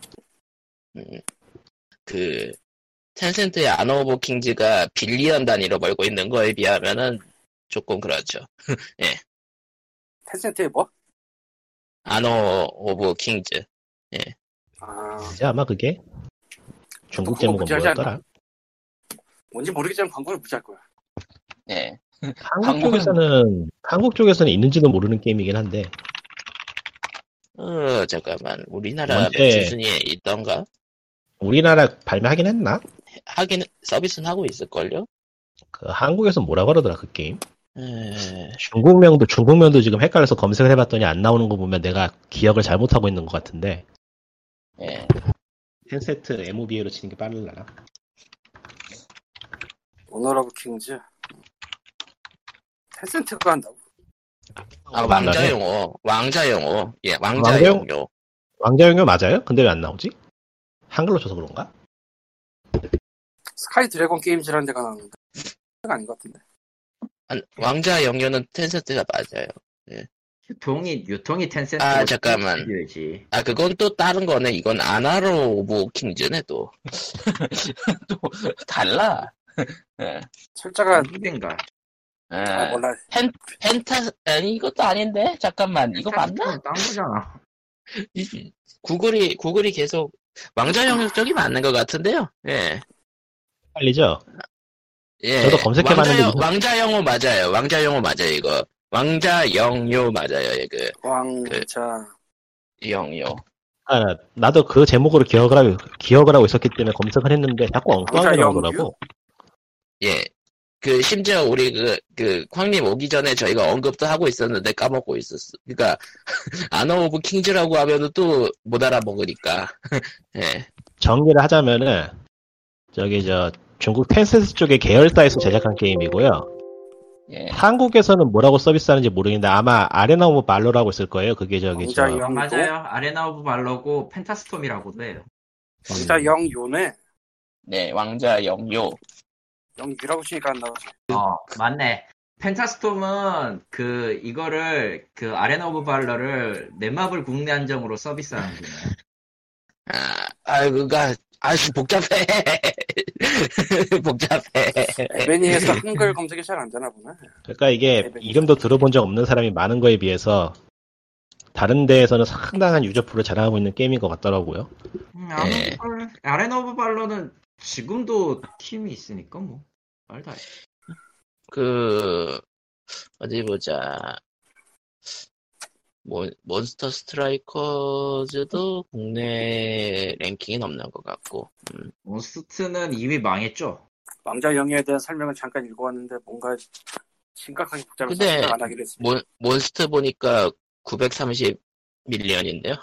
S1: 그 텐센트의 아너 오브 킹즈가 빌리언 단위로 벌고 있는 거에 비하면은 조금 그렇죠.
S5: 텐센트에 뭐?
S1: 아너 오브 킹즈.
S5: 아
S4: 이제 아마 그게 중국
S5: 그거
S4: 제목은
S5: 무시하지
S4: 뭐였더라?
S5: 뭔지 모르겠지만 광고를 무시할 거야.
S1: 예,
S4: 한국 쪽에서는 한국 쪽에서는 있는지도 모르는 게임이긴 한데
S1: 어 잠깐만 우리나라
S4: 뭔데?
S1: 매출 순위에 있던가
S4: 우리나라 발매하긴 했나?
S1: 하긴 서비스는 하고 있을걸요? 예.
S4: 그 한국에서 뭐라 그러더라 그 게임?
S1: 에,
S4: 중국명도 중국명도 지금 헷갈려서 검색을 해봤더니 안 나오는 거 보면 내가 기억을 잘못하고 있는 것 같은데 아,
S1: 예.
S3: 텐세트 MOBA로 치는 게 빠르려나?
S5: 오너러브 킹즈 텐센트가 한다고?
S1: 아,
S4: 왕자네.
S1: 왕자 용어. 왕자 용어. 예, 왕자
S4: 왕자 용-
S1: 용어.
S4: 왕자영역 맞아요? 근데 왜 안 나오지? 한글로 쳐서 그런가?
S5: 스카이 드래곤 게임즈라는 데가 나오는데 그건 아닌 것 같은데
S1: 안- 왕자 영어는 텐센트가 맞아요.
S2: 유통이 유통이 텐센트.
S1: 아, 잠깐만.
S2: 지
S1: 아, 그건 또 다른 거네. 이건 아나로 오브 킹즈네, 또. [laughs] 또, 달라. [laughs] 예.
S5: 철자가
S2: 누군가.
S1: 예.
S5: 아, 몰라
S1: 펜타, 아니, 이것도 아닌데? 잠깐만, 이거 맞나?
S2: 딴 거잖아.
S1: 이- 구글이, 구글이 계속 왕자 영역 쪽이 맞는 것 같은데요? 예.
S4: 헷갈리죠?
S1: 예.
S4: 저도 검색해봤는데
S1: 왕자,
S4: 이거-
S1: 왕자 영어 맞아요. 왕자 영어 맞아요, 이거. 왕자 영요 맞아요, 예, 그,
S5: 왕자
S1: 영요.
S4: 아, 나도 그 제목으로 기억을 하고, 기억을 하고 있었기 때문에 검색을 했는데 자꾸 엉뚱하게
S5: 왕자영역?
S4: 나오더라고.
S1: 예. 그, 심지어 우리 그, 그, 광님 오기 전에 저희가 언급도 하고 있었는데 까먹고 있었어. 그니까, [laughs] 아너 오브 킹즈라고 하면은 또 못 알아먹으니까. [laughs] 예.
S4: 정리를 하자면은 저기 저 중국 텐센스 쪽의 계열사에서 제작한 게임이고요.
S1: 예.
S4: 한국에서는 뭐라고 서비스하는지 모르겠는데 아마 아레나 오브 발로라고 있을 거예요. 그게 저기 저 음.
S5: 왕자 영도
S2: 맞아요. 아레나 오브 발러고 펜타스톰이라고도 해요.
S5: 왕자 영요네
S1: 네, 왕자 영요.
S5: 영유라고 치니까 안 나오지
S2: 어, 맞네. 펜타스톰은 그 이거를 그 아레나 오브 발러를 넷마블 국내 한정으로 서비스하는 거예요.
S1: 아, 아, 그니까, 아주 복잡해. [laughs] 복잡해. [laughs]
S5: 에베니에서 한글 검색이 잘 안 되나 보네
S4: 그러니까 이게 이름도 들어본 적 없는 사람이 많은 거에 비해서 다른 데에서는 상당한 유저풀을 자랑하고 있는 게임인 것 같더라고요.
S2: 음,
S5: 네.
S1: 예.
S2: 아레나 오브 발러- 아레나 오브 발러는 지금도 팀이 있으니까 뭐 말도 안 돼.
S1: 그, 어디 보자. 뭐, 몬스터 스트라이커즈도 국내 랭킹이 넘는 것 같고. 음.
S2: 몬스트는 이미 망했죠.
S5: 왕자 영에 대한 설명을 잠깐 읽어왔는데 뭔가 심각하게 복잡해서
S1: 근데 뭐,
S5: 생각 안 하기로 했습니다
S1: 몬, 몬스터 보니까 930 밀리언인데요?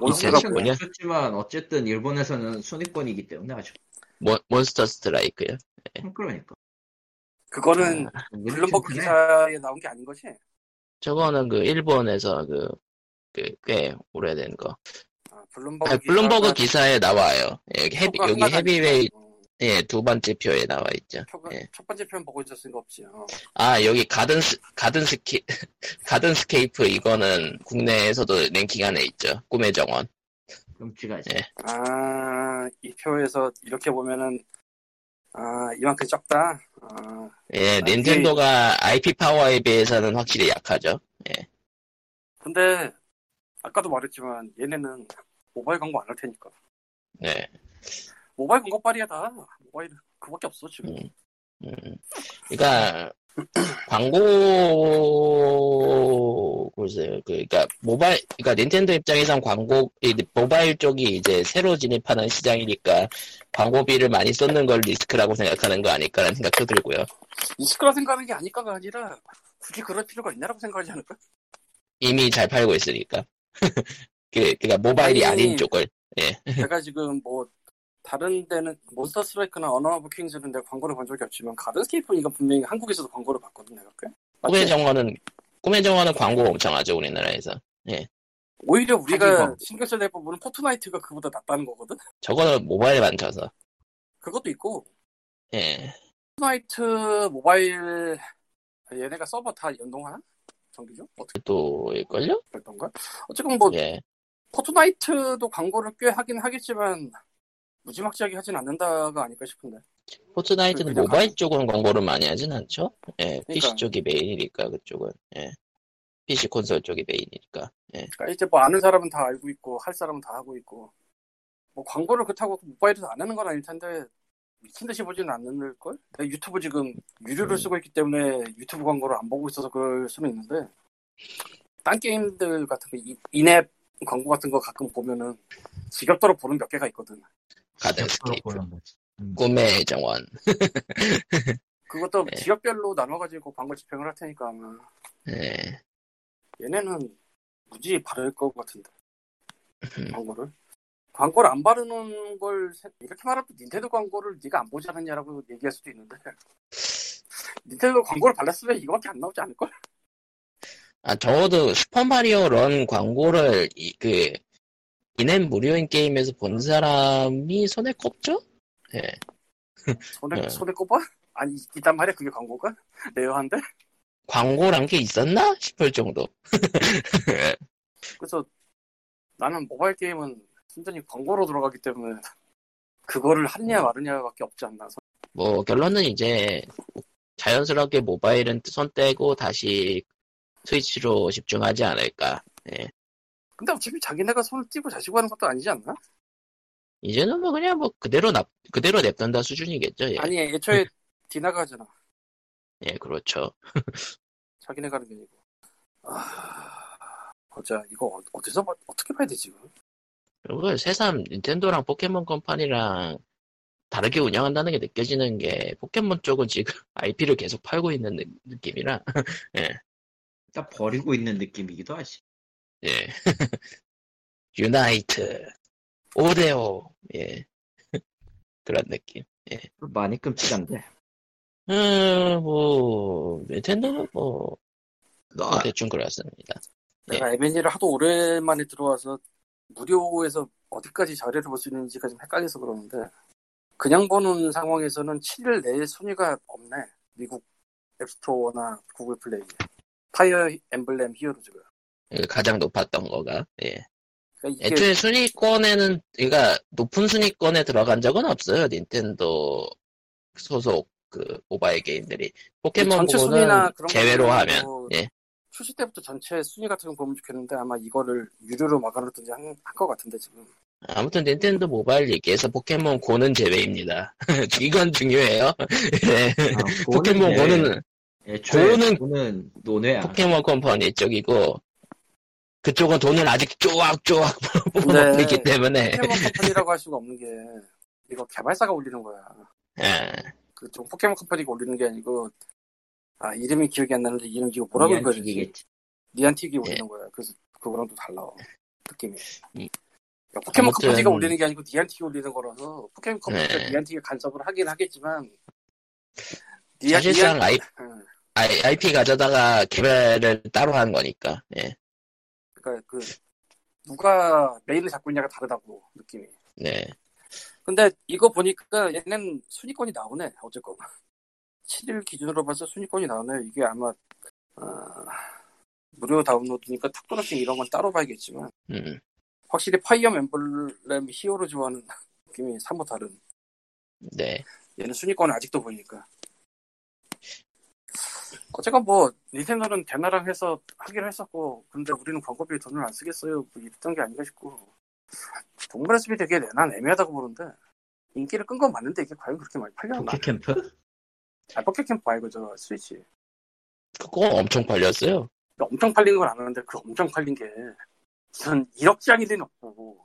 S5: 몬스터가
S1: 2015년?
S2: 없었지만 어쨌든 일본에서는 순위권이기 때문에 아주
S1: 몬, 몬스터 스트라이크요.
S2: 그러니까.
S5: 네. 그거는
S1: 아,
S5: 블룸버그 기사에 나온 게 아닌 거지?
S1: 저거는 그 일본에서 그, 그, 꽤 오래된 거.
S5: 아, 블룸버그
S1: 아, 블룸버그
S5: 기사가
S1: 기사에 나와요. 여기 헤비,
S5: 표가
S1: 여기
S5: 하나가
S1: 헤비웨이,
S5: 있어요. 어,
S1: 예, 두 번째 표에 나와 있죠.
S5: 표가
S1: 예.
S5: 첫 번째 편 보고 있었으니까 없지 어.
S1: 아, 여기 가든, 스- 가든 스케, [laughs] 가든 스케이프 이거는 국내에서도 랭킹 안에 있죠. 꿈의 정원.
S2: 끔찍하지.
S1: 예.
S5: 아, 이 표에서 이렇게 보면은 아, 이만큼 적다 아, 그
S1: 예, 닌텐도가 IP 파워에 비해서는 확실히 약하죠.
S5: 근데 아까도 말했지만 얘네는 모바일 광고 안 할 테니까
S1: 네.
S5: 모바일 광고 빨이야 다 모바일 그밖에 없어
S2: 네.
S5: 지금
S1: 음. 음. 그러니까 광고 글쎄요. 그, 그러니까 모바일, 그러니까 닌텐도 입장에선 광고 이 모바일 쪽이 이제 새로 진입하는 시장이니까 광고비를 많이 쏟는 걸 리스크라고 생각하는 거 아닐까라는 생각도 들고요.
S5: 이스크라 생각하는 게 아닐까가 아니라 굳이 그럴 필요가 있나라고 생각하지
S2: [laughs]
S5: 않을까?
S1: 이미 잘 팔고 있으니까. [laughs] 그, 그러니까 모바일이
S5: 아니,
S1: 아닌 쪽을.
S2: 네.
S5: 제가 지금 뭐 다른 데는 몬스터 스트라이크나 어너 오브 킹즈는 내가 광고를 본 적이 없지만 가든스케이프는 이건 분명히 한국에서도 광고를 봤거든 내가 꽤
S1: 꿈의
S5: 맞지?
S1: 정원은 꿈의 정원은 광고 엄청 하죠 우리나라에서
S5: 오히려 우리가
S2: 하긴 뭐.
S5: 신경 써야 될 부분은 포트나이트가 그보다 낫다는 거거든?
S1: 저거는 모바일에 맞춰서
S5: 그것도 있고
S1: 예
S5: 포트나이트 모바일 얘네가 서버 다 연동하나? 정기죠? 어떻게
S1: 또 일걸요
S5: 됐던가? 어쨌건 뭐
S1: 예
S5: 포트나이트도 광고를 꽤 하긴 하겠지만 무지막지하게 하진 않는다가 아닐까 싶은데
S1: 포트나이트는
S5: 그냥
S1: 모바일 쪽은 광고를 많이 하진 않죠 예
S5: 아. 그러니까.
S1: PC 쪽이 메인이니까 그쪽은 예 PC 콘솔 쪽이 메인이니까
S5: 그러니까 이제 뭐 아는 사람은 다 알고 있고 할 사람은 다 하고 있고 뭐 광고를 그렇다고 모바일에서 안 하는 건 아닐 텐데 미친 듯이 보지는 않는 걸? 내가 유튜브 지금 유료를
S1: 음.
S5: 쓰고 있기 때문에 유튜브 광고를 안 보고 있어서 그럴 수는 있는데 딴 게임들 같은 거 이- 인앱 광고 같은 거 가끔 보면은 지겹도록 보는 몇 개가 있거든.
S1: 가든스케이프
S6: 보는 거지. 음.
S1: 꿈의 정원
S5: 그것도
S1: 네.
S5: 지역별로 나눠가지고 광고 집행을 할 테니까 아마
S1: 예.
S5: 얘네는 무지 바를 것 같은데
S1: 음.
S5: 광고를 광고를 안 바르는 걸 세- 이렇게 말하면 닌텐도 광고를 네가 안 보지 않았냐라고 얘기할 수도 있는데 [laughs] 닌텐도 광고를 발랐으면 이거밖에 안 나오지 않을걸?
S1: 아 적어도 슈퍼마리오 런 광고를 이, 그 이낸 무료인 게임에서 본 사람이 손에 꼽죠?
S5: 손에
S1: 네.
S5: 손에 꼽아? 아니 이- 이단 말이야 그게 광고가? [laughs] 레어한데?
S1: 광고란 게 있었나 싶을 정도
S5: 그래서 나는 모바일 게임은 순전히 광고로 들어가기 때문에 그거를
S1: 음.
S5: 하느냐 마느냐밖에 없지 않나
S1: 뭐 결론은 이제 자연스럽게 모바일은 손 떼고 다시 스위치로 집중하지 않을까
S5: 근데 어차피 자기네가 손을 띄고 자시고 하는 것도 아니지 않나?
S1: 이제는 뭐 그냥 뭐 그대로 납 그대로 냅둔다 수준이겠죠 예,
S5: 아니 애초에 [laughs] 디나가 하잖아
S1: 예 그렇죠
S5: 자기네 가는 게 아니고 아... 보자 이거 어- 어디서 봐- 어떻게 봐야 되지 이거
S1: 그리고 새삼 닌텐도랑 포켓몬 컴퍼니랑 다르게 운영한다는 게 느껴지는 게 포켓몬 쪽은 지금 [laughs] IP를 계속 팔고 있는 느- 느낌이라
S2: 일단 버리고 있는 느낌이기도 하지.
S1: 예. [laughs] 유나이트, 오데오, 예. [laughs] 그런 느낌.
S2: 많이 끔찍한데.
S1: 음, 뭐, 닌텐도는 뭐,
S2: 나
S1: 대충 그렇습니다.
S5: 내가 MNE를 하도 오랜만에 들어와서 무료에서 어디까지 자료를 볼 수 있는지가 좀 헷갈려서 그러는데 그냥 보는 상황에서는 7일 내에 순위가 없네 미국 앱스토어나 구글 플레이에 파이어 엠블렘 히어로즈가
S1: 그 가장 높았던 거가, 예.
S5: 그러니까 이게
S1: 애초에 순위권에는, 그러니까 높은 순위권에 들어간 적은 없어요. 닌텐도 소속 그 모바일 게임들이. 포켓몬
S5: 그 전체
S1: 보고는
S5: 순위나 그런
S1: 제외로
S5: 거는
S1: 하면,
S5: 뭐
S1: 예.
S5: 출시 때부터 전체 순위 같은 거 보면 좋겠는데 아마 이거를 유료로 막아놓든지 한 것 같은데 지금
S1: 아무튼 닌텐도 모바일 얘기해서 포켓몬 고는 제외입니다. [laughs] 이건 중요해요. [laughs] 예. 포켓몬 고는
S2: 애초에
S1: 고는-
S2: 고는 논외야.
S1: 포켓몬 컴퍼니 쪽이고 그쪽은 돈을 아직 쪼악쪼악 [laughs] 뽑아먹고
S5: 네.
S1: 있기 때문에
S5: 포켓몬 컴퍼니라고 할 수가 없는 게 이거 개발사가 올리는 거야.
S1: 예.
S5: 그 좀 포켓몬 컴퍼니가 올리는 게 아니고 아 이름이 기억이 안 나는데 이름 이거 뭐라고
S2: 미안
S5: 읽어야 되지?
S2: 튀기겠지.
S1: 네.
S5: 니안틱이 올리는 거야. 그래서 그거랑 또 달라 느낌이. 야, 포켓몬
S1: 아무튼-
S5: 컴퍼니가 올리는 게 아니고 니안틱이 올리는 거라서 포켓몬 컴퍼니가
S1: 네.
S5: 니안틱에 간섭을 하긴 하겠지만 니안-
S1: 사실상
S5: 니안- 어,
S1: 아이,
S5: 응.
S1: 아이, IP 가져다가 개발을 따로 한 거니까 예.
S5: 그러니까 그 누가 메인을 잡고 있냐가 다르다고 느낌이.
S1: 네.
S5: 근데 이거 보니까 얘는 순위권이 나오네 어쨌건 [laughs] 7일 기준으로 봐서 순위권이 나오네 이게 아마 아, 무료 다운로드니까 탁도러싱 이런 건 따로 봐야겠지만
S1: 음.
S5: 확실히 파이어 엠블렘 히어로즈와는 [laughs] 느낌이 사뭇 다른
S1: 네.
S5: 얘는 순위권은 아직도 보이니까 어쨌건 뭐 닌텐도는 대나랑 해서 하기로 했었고 근데 우리는 광고비 돈을 안 쓰겠어요 뭐 이랬던 게 아닌가 싶고 동물의 숲이 되게 난 애매하다고 보는데 인기를 끈 건 맞는데 이게 과연 그렇게 많이 팔려나
S2: 포켓 캠프?
S5: 아, 포켓 캠프 아니고 저 스위치.
S1: 그거 엄청 팔렸어요.
S5: 엄청 팔린 건 아는데 그 엄청 팔린 게 무슨 1억 장이 되는 없고.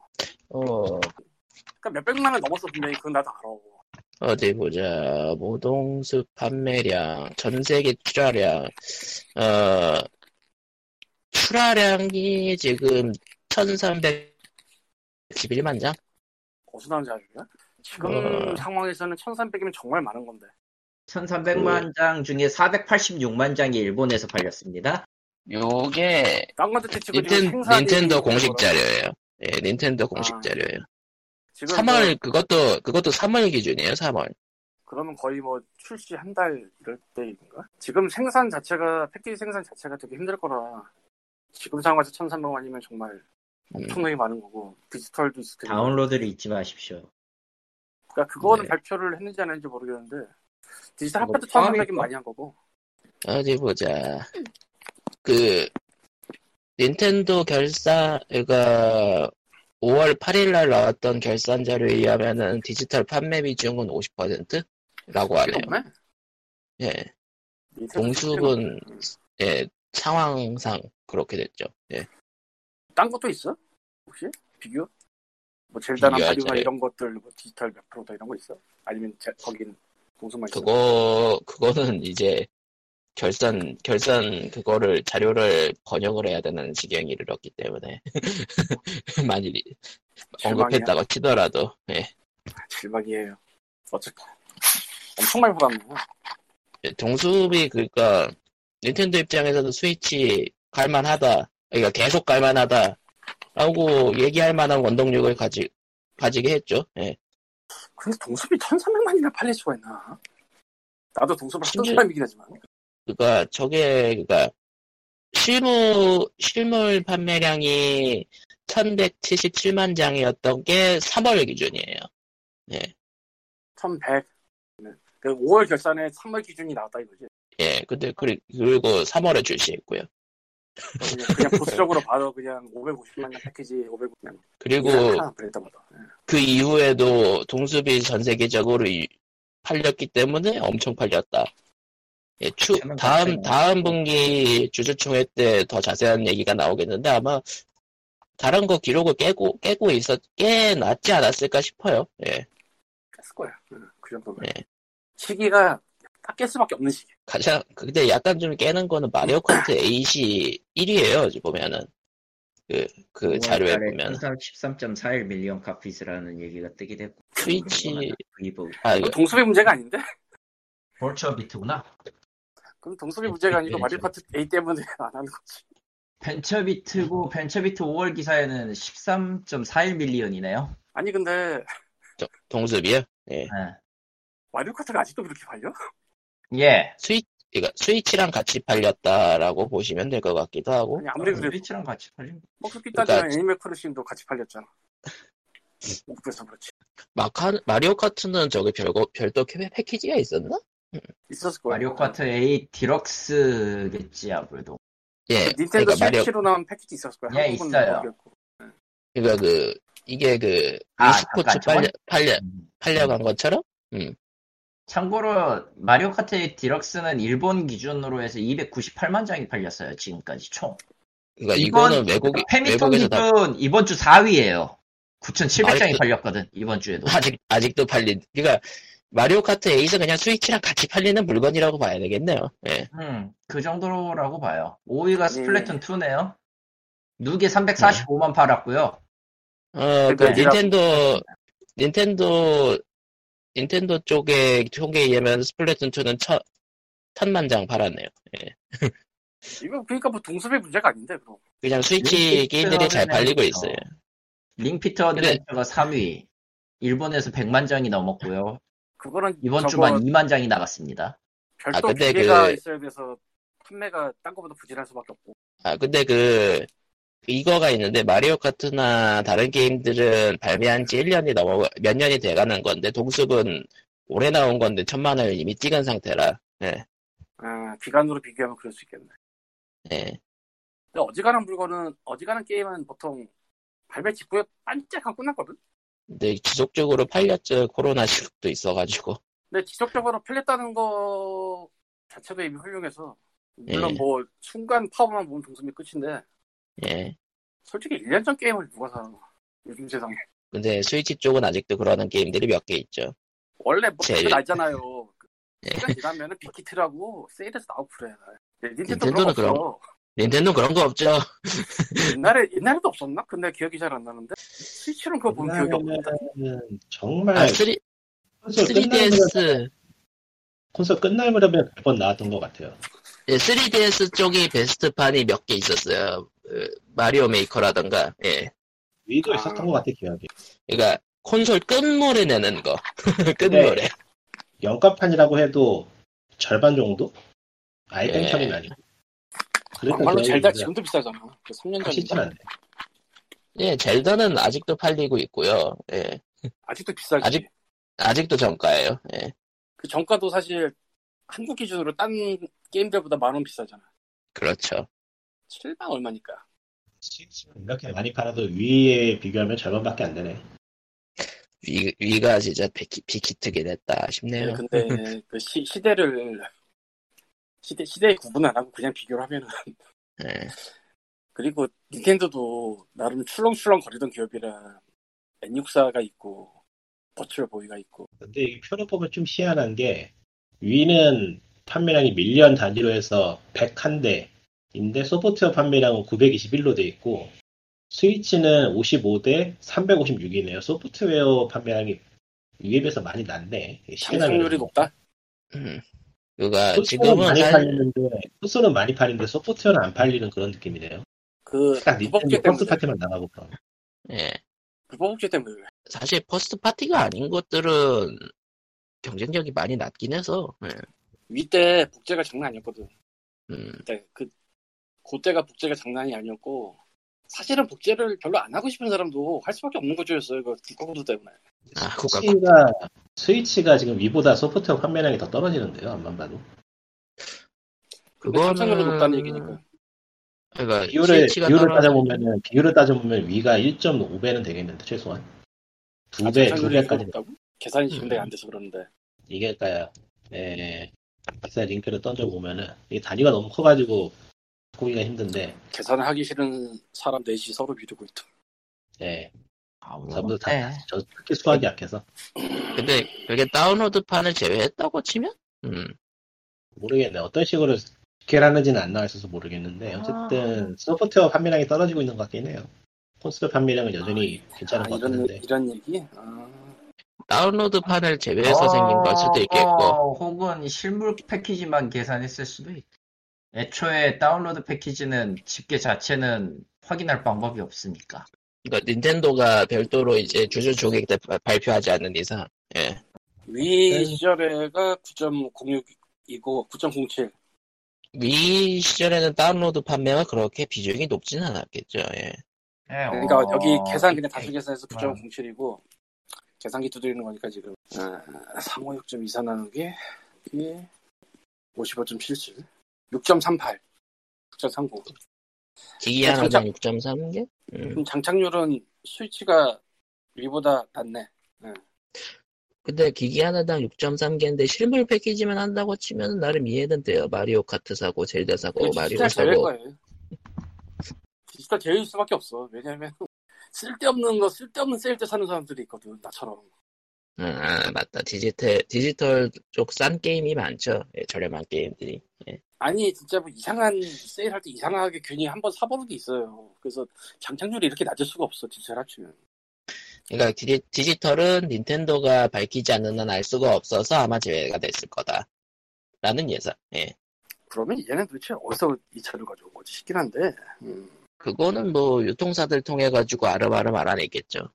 S1: 어.
S5: 그러니까 몇백만 원 넘었어 분명히 그건 나도 알아.
S1: 어디 보자. 모동숲 판매량, 전 세계 출하량, 어, 출하량이 지금 1,311만 장?
S5: 어디서 나온 자료야? 지금
S2: 음.
S1: 어.
S5: 상황에서는 1,300이면 정말 많은 건데.
S2: 1300만 장 중에 486만 장이 일본에서 팔렸습니다.
S1: 요게
S5: 딴 건데 대체 그 지금
S1: 닌텐,
S5: 생산이
S1: 닌텐도
S5: 되는
S1: 공식
S5: 거라.
S1: 자료예요. 예, 닌텐도 공식
S5: 아,
S1: 자료예요.
S5: 지금
S1: 3월
S5: 뭐
S1: 그것도 그것도 3월 기준이에요. 3월.
S5: 그러면 거의 뭐 출시 한 달 이럴 때인가? 지금 생산 자체가 패키지 생산 자체가 되게 힘들 거라. 지금 상황에서 1,300만이면 정말
S1: 음.
S5: 엄청나게 많은 거고 디지털 디스크.
S2: 다운로드를 잊지 마십시오.
S5: 그러니까 그거는
S1: 네.
S5: 발표를 했는지 안 했는지 모르겠는데 디지털
S2: 뭐
S5: 핫패드 처음
S2: 포함일까?
S5: 하긴 많이 한 거고
S1: 어디 보자. 그 닌텐도 결산 그가 5월 8일 날 나왔던 결산 자료에 의하면은 디지털 판매 비중은 50%라고 하네요.
S5: 없네?
S1: 예.
S5: 닌텐도
S1: 공수분
S5: 음.
S1: 예. 상황상 그렇게 됐죠. 예.
S5: 딴 것도 있어? 혹시? 비교? 뭐 젤다나
S1: 비교할
S5: 파리나
S1: 자리.
S5: 이런 것들 뭐 디지털 100%다 이런 거 있어? 아니면 제, 거긴 공수만 있어?
S1: 그거 그거는 이제 결산 결산 그거를 자료를 번역을 해야 되는 지경에 이르렀기 때문에 [laughs] 만일 이-
S5: 실망이야.
S1: 언급했다고 치더라도 예.
S5: 실망이에요. 어쨌든 엄청 많이 보람이고
S1: 동숲이 예, 그러니까 닌텐도 입장에서도 스위치 갈만하다 그러니까 계속 갈만하다 라고 얘기할 만한 원동력을 가지 가지게 했죠. 예.
S5: 근데 동숲이 1,300만이나 팔릴 수가 있나? 나도 동숲을 하던
S1: 심지어-
S5: 사람이긴 하지만
S1: 그러니까 저게 그러니까 실무 실물 판매량이 1177만 장이었던 게 3월 기준이에요.
S5: 1,100. 그 5월 결산에 3월 기준이 나왔다 이거지.
S1: 예, 근데 그리- 그리고 3월에 출시했고요.
S5: 그냥, 그냥
S1: [laughs]
S5: 보수적으로 봐도 그냥 550만 패키지 550만.
S1: 그리고
S5: 하나 그랬다 보다. 예.
S1: 그 이후에도 동숲이 전 세계적으로 이- 팔렸기 때문에 엄청 팔렸다. 예, 추,
S2: 엄청난
S1: 다음,
S2: 것 같아요.
S1: 다음 분기 주주총회 때 더 자세한 얘기가 나오겠는데 아마 다른 거 기록을 깨고, 깨고 있었, 깨놨지 않았을까 싶어요. 예.
S5: 깼을 거야. 예, 그 정도면.
S1: 네.
S5: 시기가 딱 깼을 밖에 없는 시기.
S1: 가장, 근데 약간 좀 깨는 거는 마리오 컨트 AC 1위에요, 보면은. 그, 그 자료에 보면.
S2: 13.41 밀리언 카피스라는 얘기가 뜨긴 했고
S1: 스위치,
S2: 브이브
S1: 아, 이거
S5: 그건 동숲의 문제가 아닌데?
S3: 벌처 비트구나.
S5: 그럼
S1: 네.
S5: 동숲의 문제가 아니고 마리오 파트 A 때문에 안 하는 거지.
S2: 벤처비트고 벤처비트 5월 기사에는 13.41 밀리언이네요.
S5: 아니 근데
S1: 동숲이요? 예.
S5: 마리오 카트가 아직도 그렇게 팔려?
S2: 예.
S1: 스위, 그러니까 스위치랑 같이 팔렸다라고 보시면 될 것 같기도 하고.
S5: 아니 아무리 그래도
S2: 스위치랑 같이 팔린 거.
S5: 먹스
S1: 그러니까-
S5: 피타지랑 뭐 애니메 크루싱도 같이 팔렸잖아. 목표에서 그렇지.
S1: 마카, 마리오 카트는 저기 별거, 별도 캐- 패키지가 있었나?
S5: 있었을 거야.
S2: 마리오 카트 A 디럭스겠지 아무래도.
S1: 예.
S5: 그 닌텐도
S1: 그러니까 마리오,
S5: 스위치로 나온 패키지 있었을 거야.
S2: 예,
S5: 한국은
S2: 있어요.
S5: 모르겠고.
S1: 그러니까 그, 이게 그,
S2: 아,
S1: e스포츠
S2: 잠깐,
S1: 팔려,
S2: 잠깐.
S1: 팔려,
S2: 음.
S1: 팔려간 것처럼?
S2: 참고로 마리오 카트 A 디럭스는 일본 기준으로 해서 298만 장이 팔렸어요 지금까지 총.
S1: 그러니까
S2: 이건
S1: 이거는 외국, 외국에서
S2: 페미통 기준
S1: 다,
S2: 이번 주 4위예요. 9,700장이
S1: 마리오-
S2: 팔렸거든 이번 주에도.
S1: 아직, 아직도 팔린, 그러니까 마리오 카트 에이스 그냥 스위치랑 같이 팔리는 물건이라고 봐야 되겠네요. 예.
S2: 음, 그 정도라고 봐요.
S1: 음.
S2: 5위가
S5: 네.
S2: 스플래툰 2네요. 누계 345만
S1: 네.
S2: 팔았고요.
S1: 어, 그
S5: 그러니까 제가-
S1: 닌텐도, 닌텐도, 닌텐도 쪽에 통계에 의하면 스플래툰 2는 천, 천만 장 팔았네요.
S5: 이거 그러니까 뭐 동숲의 문제가 아닌데 그럼.
S1: 그냥 스위치
S2: 링피트
S1: 게임들이 잘 팔리고
S2: 어드벤처.
S1: 있어요.
S2: 링피트 어드벤처가 3위. 일본에서 100만 장이 넘었고요.
S5: 그거는
S2: 이번
S5: 저거
S2: 주만 2만 장이 나갔습니다.
S1: 아,
S5: 별도
S1: 근데
S5: 기계가
S1: 그-
S5: 있어야 돼서 판매가 딴 거보다 부진할 수밖에 없고.
S1: 아, 근데 그, 이거가 있는데, 마리오 카트나 다른 게임들은 발매한 지 1년이 넘어, 몇 년이 돼가는 건데, 동숲은 올해 나온 건데, 천만을 이미 찍은 상태라,
S5: 아, 기간으로 비교하면 그럴 수 있겠네.
S1: 예.
S5: 근데 어지간한 물건은 어지간한 게임은 보통 발매 직후에 반짝하고 끝났거든.
S1: 근데 지속적으로 팔렸죠. 코로나 시국도 있어가지고.
S5: 근데 지속적으로 팔렸다는 거 자체도 이미 훌륭해서 물론
S1: 예.
S5: 뭐 순간 파워만 보면 동숲이 끝인데
S1: 예.
S5: 솔직히 1년 전 게임을 누가 사? 요즘 세상에
S1: 근데 스위치 쪽은 아직도 그러는 게임들이 몇 개 있죠.
S5: 원래 뭐
S1: 제일- 예.
S5: 제일 알잖아요. 그 시간 지나면은 빅히트라고 세일해서 나오고 그래. 근데 닌텐도
S1: 닌텐도는
S5: 그런 거 없어.
S1: 닌텐도는 그런 거 없죠.
S5: 옛날에 옛날에도 없었나? 근데 기억이 잘 안 나는데 스위치로는 그거 본 기억이 없어.
S3: 옛날에는
S4: 네.
S3: 정말
S1: 아, 3,
S3: 콘솔 끝날 무렵
S1: 3DS,
S3: 콘솔 끝날 무렵에 몇 번 나왔던 것 같아요.
S1: 예, 3DS 쪽이 베스트판이 몇 개 있었어요. 그, 마리오 메이커라던가, 예.
S3: 위도
S5: 아.
S3: 있었던 것 같아 기억이.
S1: 그러니까 콘솔 끝물에 내는 거 [laughs]
S3: 네.
S1: 끝물에
S3: 영가판이라고 해도 절반 정도? 아예
S1: 예.
S3: 땡처리 아니고.
S5: 막말로
S3: 기억이
S5: 젤다
S3: 나요.
S5: 지금도 비싸잖아. 그 3년
S3: 쉽진
S5: 전인데
S3: 않네.
S1: 예 젤다는 아직도 팔리고 있고요 예
S5: 아직도 비싸지.
S1: 아직- 아직도 정가예요 예
S5: 그 정가도 사실 한국 기준으로 딴 게임들보다 만 원 비싸잖아.
S1: 그렇죠
S5: 7만 얼마니까.
S3: 이렇게 많이 팔아도 위에 비교하면 절반밖에 안 되네.
S1: 위, 위가 진짜 비키, 비키트긴 했다 싶네요 [laughs]
S5: 근데 그 시, 시대를 시대 시대에 구분 안 하고 그냥 비교를 하면은
S1: 예.
S5: 그리고 닌텐도도 나름 출렁출렁 거리던 기업이라 N64가 있고 버츄얼 보이가 있고
S4: 근데 이 표를 보면 좀 희한한 게 위는 판매량이 밀리언 단위로 해서 101대인데 소프트웨어 판매량은 921로 돼 있고 스위치는 55대 356이네요. 소프트웨어 판매량이 위에 비해서 많이 낮네. 이게 시간이
S5: 장착률이
S4: 걸리네.
S5: 높다.
S1: 음. 그가
S4: 소스는
S1: 지금은
S4: 많이
S1: 한,
S4: 팔리는데 아, 소스는 많이 팔리는데 소프트웨어는 안 팔리는 그런 느낌이네요.
S5: 그
S4: 딱
S5: 무법계
S4: 닌텐도 퍼스트
S5: 때문에
S4: 파티만 나가고 그럼.
S1: 예.
S5: 무법계 때문에 그래.
S1: 사실 퍼스트 파티가 아닌 것들은 경쟁력이 많이 낮긴 해서 예.
S5: 위때 북제가 장난 아니었거든.
S1: 음,
S5: 그때 그 그때가 북제가 장난이 아니었고 사실은 북제를 별로 안 하고 싶은 사람도 할 수밖에 없는 구조였어요. 이거 국가구도 때문에.
S1: 아, 국가-
S4: 스위치가 스위치가 지금 위보다 소프트웨어 판매량이 더 떨어지는데요. 안만 봐도.
S5: 근데
S1: 그거는-
S5: 참상률이 높다는 얘기니까. 아,
S1: 그러니까
S4: 비율을
S1: 스위치가
S4: 비율을
S1: 따로-
S4: 따져보면은 비율을 따져보면 위가 1.5배는 되겠는데 최소한
S5: 아,
S4: 두배두
S5: 참상률이
S4: 배까지
S5: 높다고? 계산이 지금
S1: 음.
S5: 내가 안 돼서 그러는데.
S4: 이게 까요. 예. 기사 링크를 던져 보면은 이게 단위가 너무 커가지고 보기가 힘든데
S5: 계산을 하기 싫은 사람 넷이 서로 미루고 있다.
S4: 예.
S1: 아,
S4: 전부 다
S2: 네.
S1: 예.
S4: 저 특히 수학이 약해서
S1: 근데 그게 다운로드판을 제외했다고 치면 음,
S4: 모르겠네. 어떤 식으로 계란하지는 안 나와 있어서 모르겠는데 어쨌든 소프트웨어 판매량이 떨어지고 있는 것 같긴 해요. 콘솔 판매량은 여전히 괜찮은
S5: 아,
S4: 것
S5: 이런,
S4: 같은데
S5: 이런 얘기? 아,
S1: 다운로드판을 제외해서 생긴 걸 수도 있겠고
S2: 어, 혹은 실물 패키지만 계산했을 수도 있고 애초에 다운로드 패키지는 집계 자체는 확인할 방법이 없으니까
S1: 그러니까 닌텐도가 별도로 이제 주주 조객 때 바- 발표하지 않는 이상 예.
S5: 위그 시절에가 9.06이고 9.07.
S1: 위 시절에는 다운로드 판매가 그렇게 비중이 높진 않았겠죠 예.
S2: 예,
S5: 그러니까
S2: 어,
S5: 여기 계산 그냥 다수 계산해서 9.07이고 계산기 두드리는 거니까 지금 아, 356.24 나누기 55.77 6.38 6.39
S1: 기기 하나당
S5: 장착-
S1: 6.3개? 음.
S5: 그럼 장착률은 스위치가 위보다 낮네
S1: 근데 기기 하나당 6.3개인데 실물 패키지만 한다고 치면 나름 이해는 돼요. 마리오 카트 사고 젤다 사고
S5: 디지털
S1: 마리오
S5: 제외일
S1: 사고
S5: 거예요. 디지털 제외일 수밖에 없어 왜냐면 쓸데없는 거 쓸데없는 세일 때 사는 사람들이 있거든 나처럼
S1: 아, 아, 맞다. 디지털, 디지털 쪽 싼 게임이 많죠. 예, 저렴한 게임들이.
S5: 아니 진짜 뭐 이상한 세일할 때 이상하게 괜히 한번 사보는 게 있어요. 그래서 장착률이 이렇게 낮을 수가 없어 디지털 합치면.
S1: 그러니까 디지, 디지털은 닌텐도가 밝히지 않는 한 알 수가 없어서 아마 제외가 됐을 거다. 라는 예상. 예.
S5: 그러면 얘는 도대체 어디서 이 차를 가져온 거지 싶긴 한데 음.
S1: 그거는 뭐 유통사들 통해 가지고 아름아름 알아냈겠죠.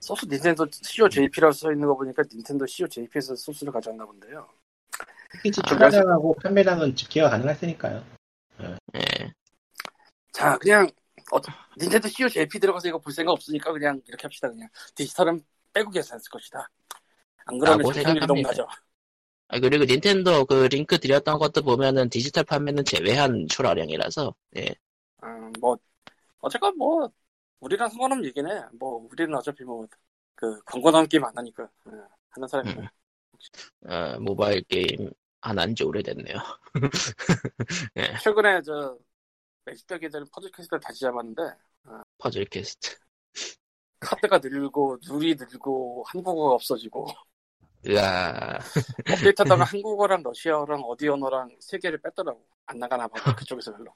S5: 소스 닌텐도 CO JP라고 써 있는 거 보니까 닌텐도 CO JP에서 소스를 가져왔나 본데요.
S4: 패키지
S1: 아,
S4: 출하량하고 판매량은 기여가 가능할 테니까요.
S1: 예.
S5: 자 그냥 어, 닌텐도 CO JP 들어가서 이거 볼 생각 없으니까 그냥 이렇게 합시다 그냥 디지털은 빼고 계산했을 것이다. 안 그러면
S1: 라고
S5: 장착률이 너무
S1: 생각합니다.
S5: 낮아.
S1: 아, 그리고 닌텐도 그 링크 드렸던 것도 보면은 디지털 판매는 제외한 출하량이라서, 예.
S5: 음, 뭐 어쨌건 뭐 우리랑 상관없는 얘기네. 뭐 우리는 어차피 뭐 그 광고나 게임 안 하니까 예, 하는 사람이
S1: 음. 어, 모바일 게임 안 한 지 오래됐네요. [laughs]
S5: 최근에 저 멕시코 기자는 퍼즐캐스트를 다시 잡았는데
S1: 퍼즐 퀘스트.
S5: 카드가 늘고 룰이 늘고 한국어가 없어지고
S1: 으아,
S5: 업데이트하다가 한국어랑 러시아어랑 어디 언어랑 세 개를 뺐더라고 안 나가나 봐 그쪽에서 별로.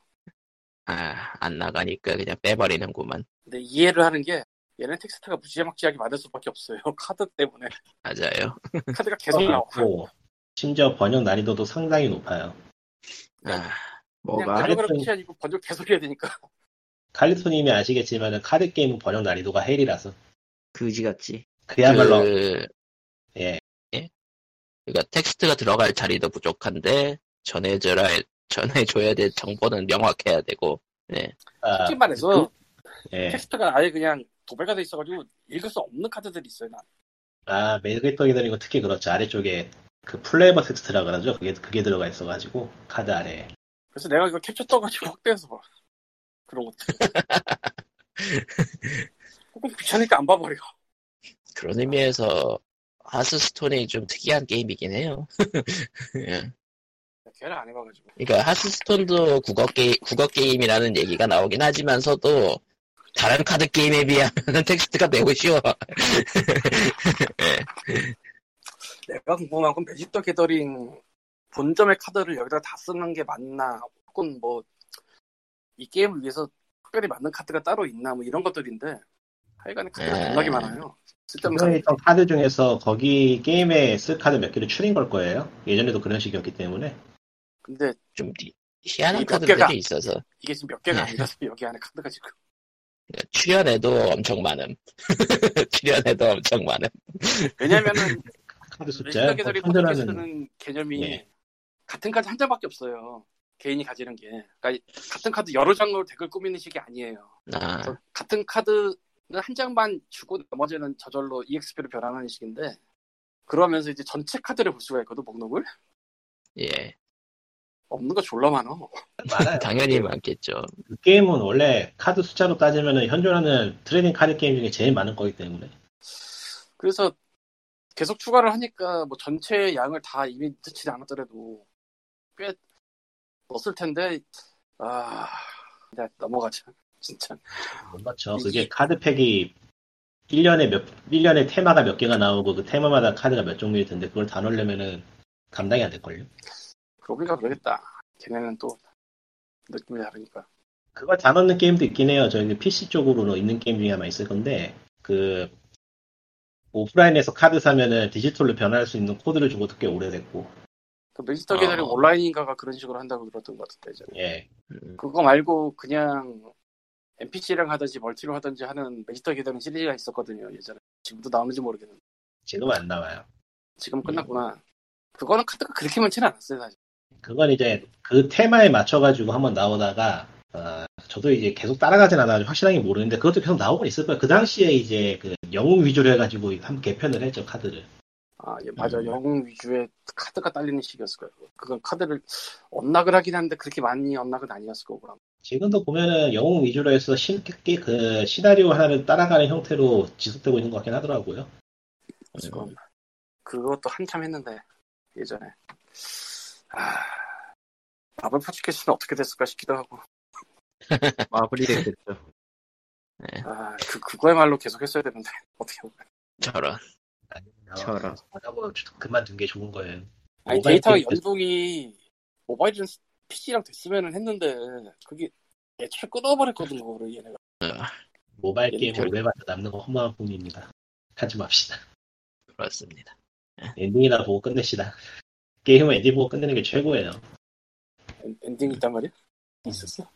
S1: 아, 안 나가니까 그냥 빼버리는구만.
S5: 근데 이해를 하는 게 얘는 텍스트가 무지막지하게 많을 수밖에 없어요. [laughs] 카드 때문에
S1: 맞아요.
S5: 카드가
S4: 어,
S5: 계속 나오고
S4: 고 심지어 번역 난이도도 상당히 높아요.
S1: 아,
S5: 그냥
S2: 뭐가
S5: 번역을
S4: 그랬더니-
S5: 끝이 아니고 번역 계속 해야 되니까
S4: 칼리토님이 아시겠지만 카드 게임은 번역 난이도가 헬이라서
S2: 그지같지
S4: 그야말로
S5: 네.
S1: 그,
S4: 예.
S1: 예? 그러니까 텍스트가 들어갈 자리도 부족한데, 전해줘라, 전해줘야 될 정보는 명확해야 되고,
S4: 아,
S5: 솔직히 말해서
S4: 예.
S5: 텍스트가 아예 그냥 도배가 돼 있어가지고 읽을 수 없는 카드들이 있어요. 난.
S4: 아 매그리토이들은 이거 특히 그렇죠 아래쪽에 그 플레이버 텍스트라 그러죠 그게 그게 들어가 있어가지고 카드 아래
S5: 그래서 내가 이거 캡처 떠가지고 [laughs] 확대해서 봐. 그런 것들. 조금 귀찮으니까 안 봐버려.
S1: 그런 의미에서, 하스스톤이 좀 특이한 게임이긴 해요. [laughs] 예.
S5: 걔를 안 해봐가지고.
S1: 그러니까 하스스톤도 국어 게임, 국어 게임이라는 얘기가 나오긴 하지만서도 다른 카드 게임에 비하면 [laughs] 텍스트가 매우 쉬워.
S5: 내가 궁금한 건 매직더 게더링 본점의 카드를 여기다 다 쓰는 게 맞나 혹은 뭐 이 게임을 위해서 특별히 만든 카드가 따로 있나 뭐 이런 것들인데 하여간에 카드가
S1: 네.
S5: 겁나게 많아요 쓸데없는
S4: 기존에
S5: 카드
S4: 있던 카드 중에서 거기 게임에 쓸 카드 몇 개를 추린 걸 거예요. 예전에도 그런 식이었기 때문에.
S5: 근데
S1: 좀 희- 희한한
S5: 이
S1: 카드들이
S5: 벽대가.
S1: 있어서
S5: 이게 지금 몇 개가 아니라서 여기 안에 카드가 지금
S1: 출연해도 엄청 많음. [laughs] 출연해도 엄청 많음.
S5: 왜냐면은
S4: 카드 숫자.
S5: 매직더 게더링 본점에 쓰는 개념이
S4: 예.
S5: 같은 카드 한 장밖에 없어요 개인이 가지는 게 그러니까 같은 카드 여러 장으로 덱을 꾸미는 식이 아니에요
S1: 아,
S5: 그래서 같은 카드는 한 장만 주고 나머지는 저절로 EXP로 변환하는 식인데 그러면서 이제 전체 카드를 볼 수가 있거든 목록을
S1: 예.
S5: 없는 거 졸라 많어
S4: 많아요.
S1: 당연히 많겠죠.
S4: 그 게임은 원래 카드 숫자로 따지면 현존하는 트레이딩 카드 게임 중에 제일 많은 거기 때문에.
S5: 그래서 계속 추가를 하니까 뭐 전체 양을 다 이미 넣지 않았더라도 꽤 넣었을 텐데 아 그냥 넘어가자 진짜
S4: 못 맞죠. 그게 카드팩이 1년에 몇, 1년에 테마가 몇 개가 나오고 그 테마마다 카드가 몇 종류일 텐데 그걸 다 넣으려면은 감당이 안 될걸요.
S5: 그러고 보니까 그러겠다 걔네는 또 느낌이 다르니까
S4: 그걸 다 넣는 게임도 있긴 해요. 저희 PC 쪽으로 있는 게임 중에 아마 있을 건데 그 오프라인에서 카드 사면은 디지털로 변화할 수 있는 코드를 주고도 꽤 오래됐고
S5: 그 매직더 게더링
S1: 아.
S5: 온라인인가가 그런 식으로 한다고 들었던 것 같은데 이제.
S4: 예
S5: 그거 말고 그냥 NPC랑 하든지 멀티로 하든지 하는 매직더 게더링 시리즈가 있었거든요 예전에 지금도 나오는지 모르겠는데
S4: 지금 안 나와요.
S5: 지금 끝났구나 그거는 카드가 그렇게 많지는 않았어요 사실
S4: 그건 이제 그 테마에 맞춰가지고 한번 나오다가 어, 저도 이제 계속 따라가진 않아서 확실하게 모르는데 그것도 계속 나오고 있을 거예요. 그 당시에 이제 그 영웅 위주로 해가지고 한번 개편을 했죠 카드를.
S5: 아, 예, 맞아.
S4: 음.
S5: 영웅 위주의 카드가 딸리는 식이었을 거예요. 그건 카드를 언락을 하긴 한데 그렇게 많이 언락은 아니었을 거고. 아마.
S4: 지금도 보면은 영웅 위주로 해서 쉽게 그 시나리오 하나를 따라가는 형태로 지속되고 있는 것 같긴 하더라고요.
S5: 지금
S4: 음.
S5: 그것도 한참 했는데 예전에. 아, 마블 포지캐스는 어떻게 됐을까 싶기도 하고.
S2: 마블이 됐겠죠.
S5: 아, 그 그거야말로 계속 했어야 되는데 [laughs] 어떻게 보면.
S1: 저런.
S2: 저런.
S4: 하고 그만둔 게 좋은 거예요.
S5: 아니
S4: 모바일
S5: 데이터
S4: 게임
S5: 연동이 모바일은 PC랑 됐으면은 했는데 그게 애초에 끊어버렸거든 그거를 얘네가.
S4: 모바일
S5: 예,
S4: 게임
S1: 별-
S4: 오래받아 남는 건 허무한 뿐입니다. 하지 맙시다. [laughs]
S1: 그렇습니다.
S4: 엔딩이나 보고 끝냅시다. 게임은 엔딩 보고 끝내는 게 최고예요.
S5: 엔- 엔딩이 있단 말이야?
S4: 음.
S5: 있었어?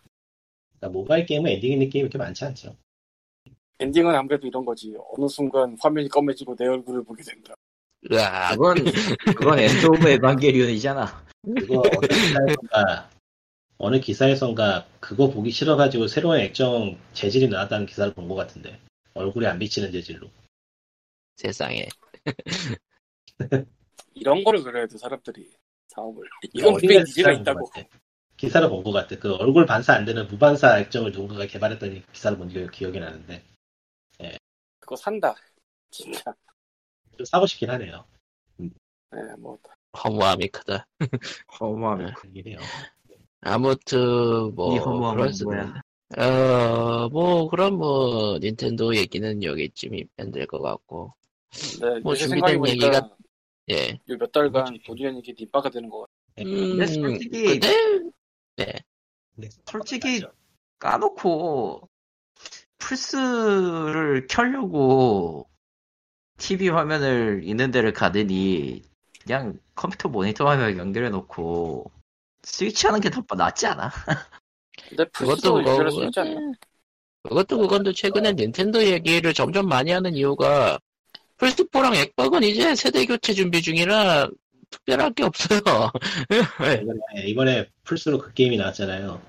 S4: 그러니까 모바일 게임은 엔딩 있는 게임이 그렇게 많지 않죠.
S5: 엔딩은 아무래도 이런 거지. 어느 순간 화면이 검해지고 내 얼굴을 보게 된다.
S1: [laughs] 으아,
S2: 그건 그건 엔드 오브 에반게리온이잖아.
S4: 그거 어느 기사에선가 어느 기사에선가 그거 보기 싫어가지고 새로운 액정 재질이 나왔다는 기사를 본 것 같은데 얼굴에 안 비치는 재질로
S1: 세상에.
S5: 이런 거를 그려야 돼 사람들이 사업을. 이건 분명히 니즈가
S4: 기사를 본
S5: 있다고.
S4: 것 같아. 기사를 본 것 같아. 그 얼굴 반사 안 되는 무반사 액정을 누군가가 개발했다는 기사를 본 기- 기억이 나는데
S5: 그거 산다. 진짜.
S4: 좀 사고 싶긴 하네요.
S5: 예, 뭐
S1: 허무함이 크다.
S2: 허무함.
S4: 그러긴 해요.
S1: 아무튼 뭐
S2: 이 허무함은 뭐야?
S1: 어뭐 그런 뭐 닌텐도 얘기는 여기쯤이면 될 것 같고
S5: 네,
S1: 뭐
S5: 요새
S1: 준비된
S5: 생각해 보니까
S1: 얘기가- 예.
S5: 요 몇 달간 본의 아니게 닌바가 되는 거 같아.
S1: 음,
S2: 근데 솔직히-
S1: 근데
S4: 네.
S2: 솔직히 까놓고 플스를 켜려고 TV 화면을 있는 데를 가더니 그냥 컴퓨터 모니터 화면 연결해 놓고 스위치 하는 게 더 낫지 않아?
S5: 근데
S1: 그것도
S5: 플스도 연결할 수
S1: 그거고.
S5: 있지 않나?
S1: 그것도 그건데 최근에 닌텐도 얘기를 점점 많이 하는 이유가 플스4랑 엑박은 이제 세대 교체 준비 중이라 특별할 게 없어요. [laughs]
S4: 네, 이번에, 이번에 플스로 그 게임이 나왔잖아요.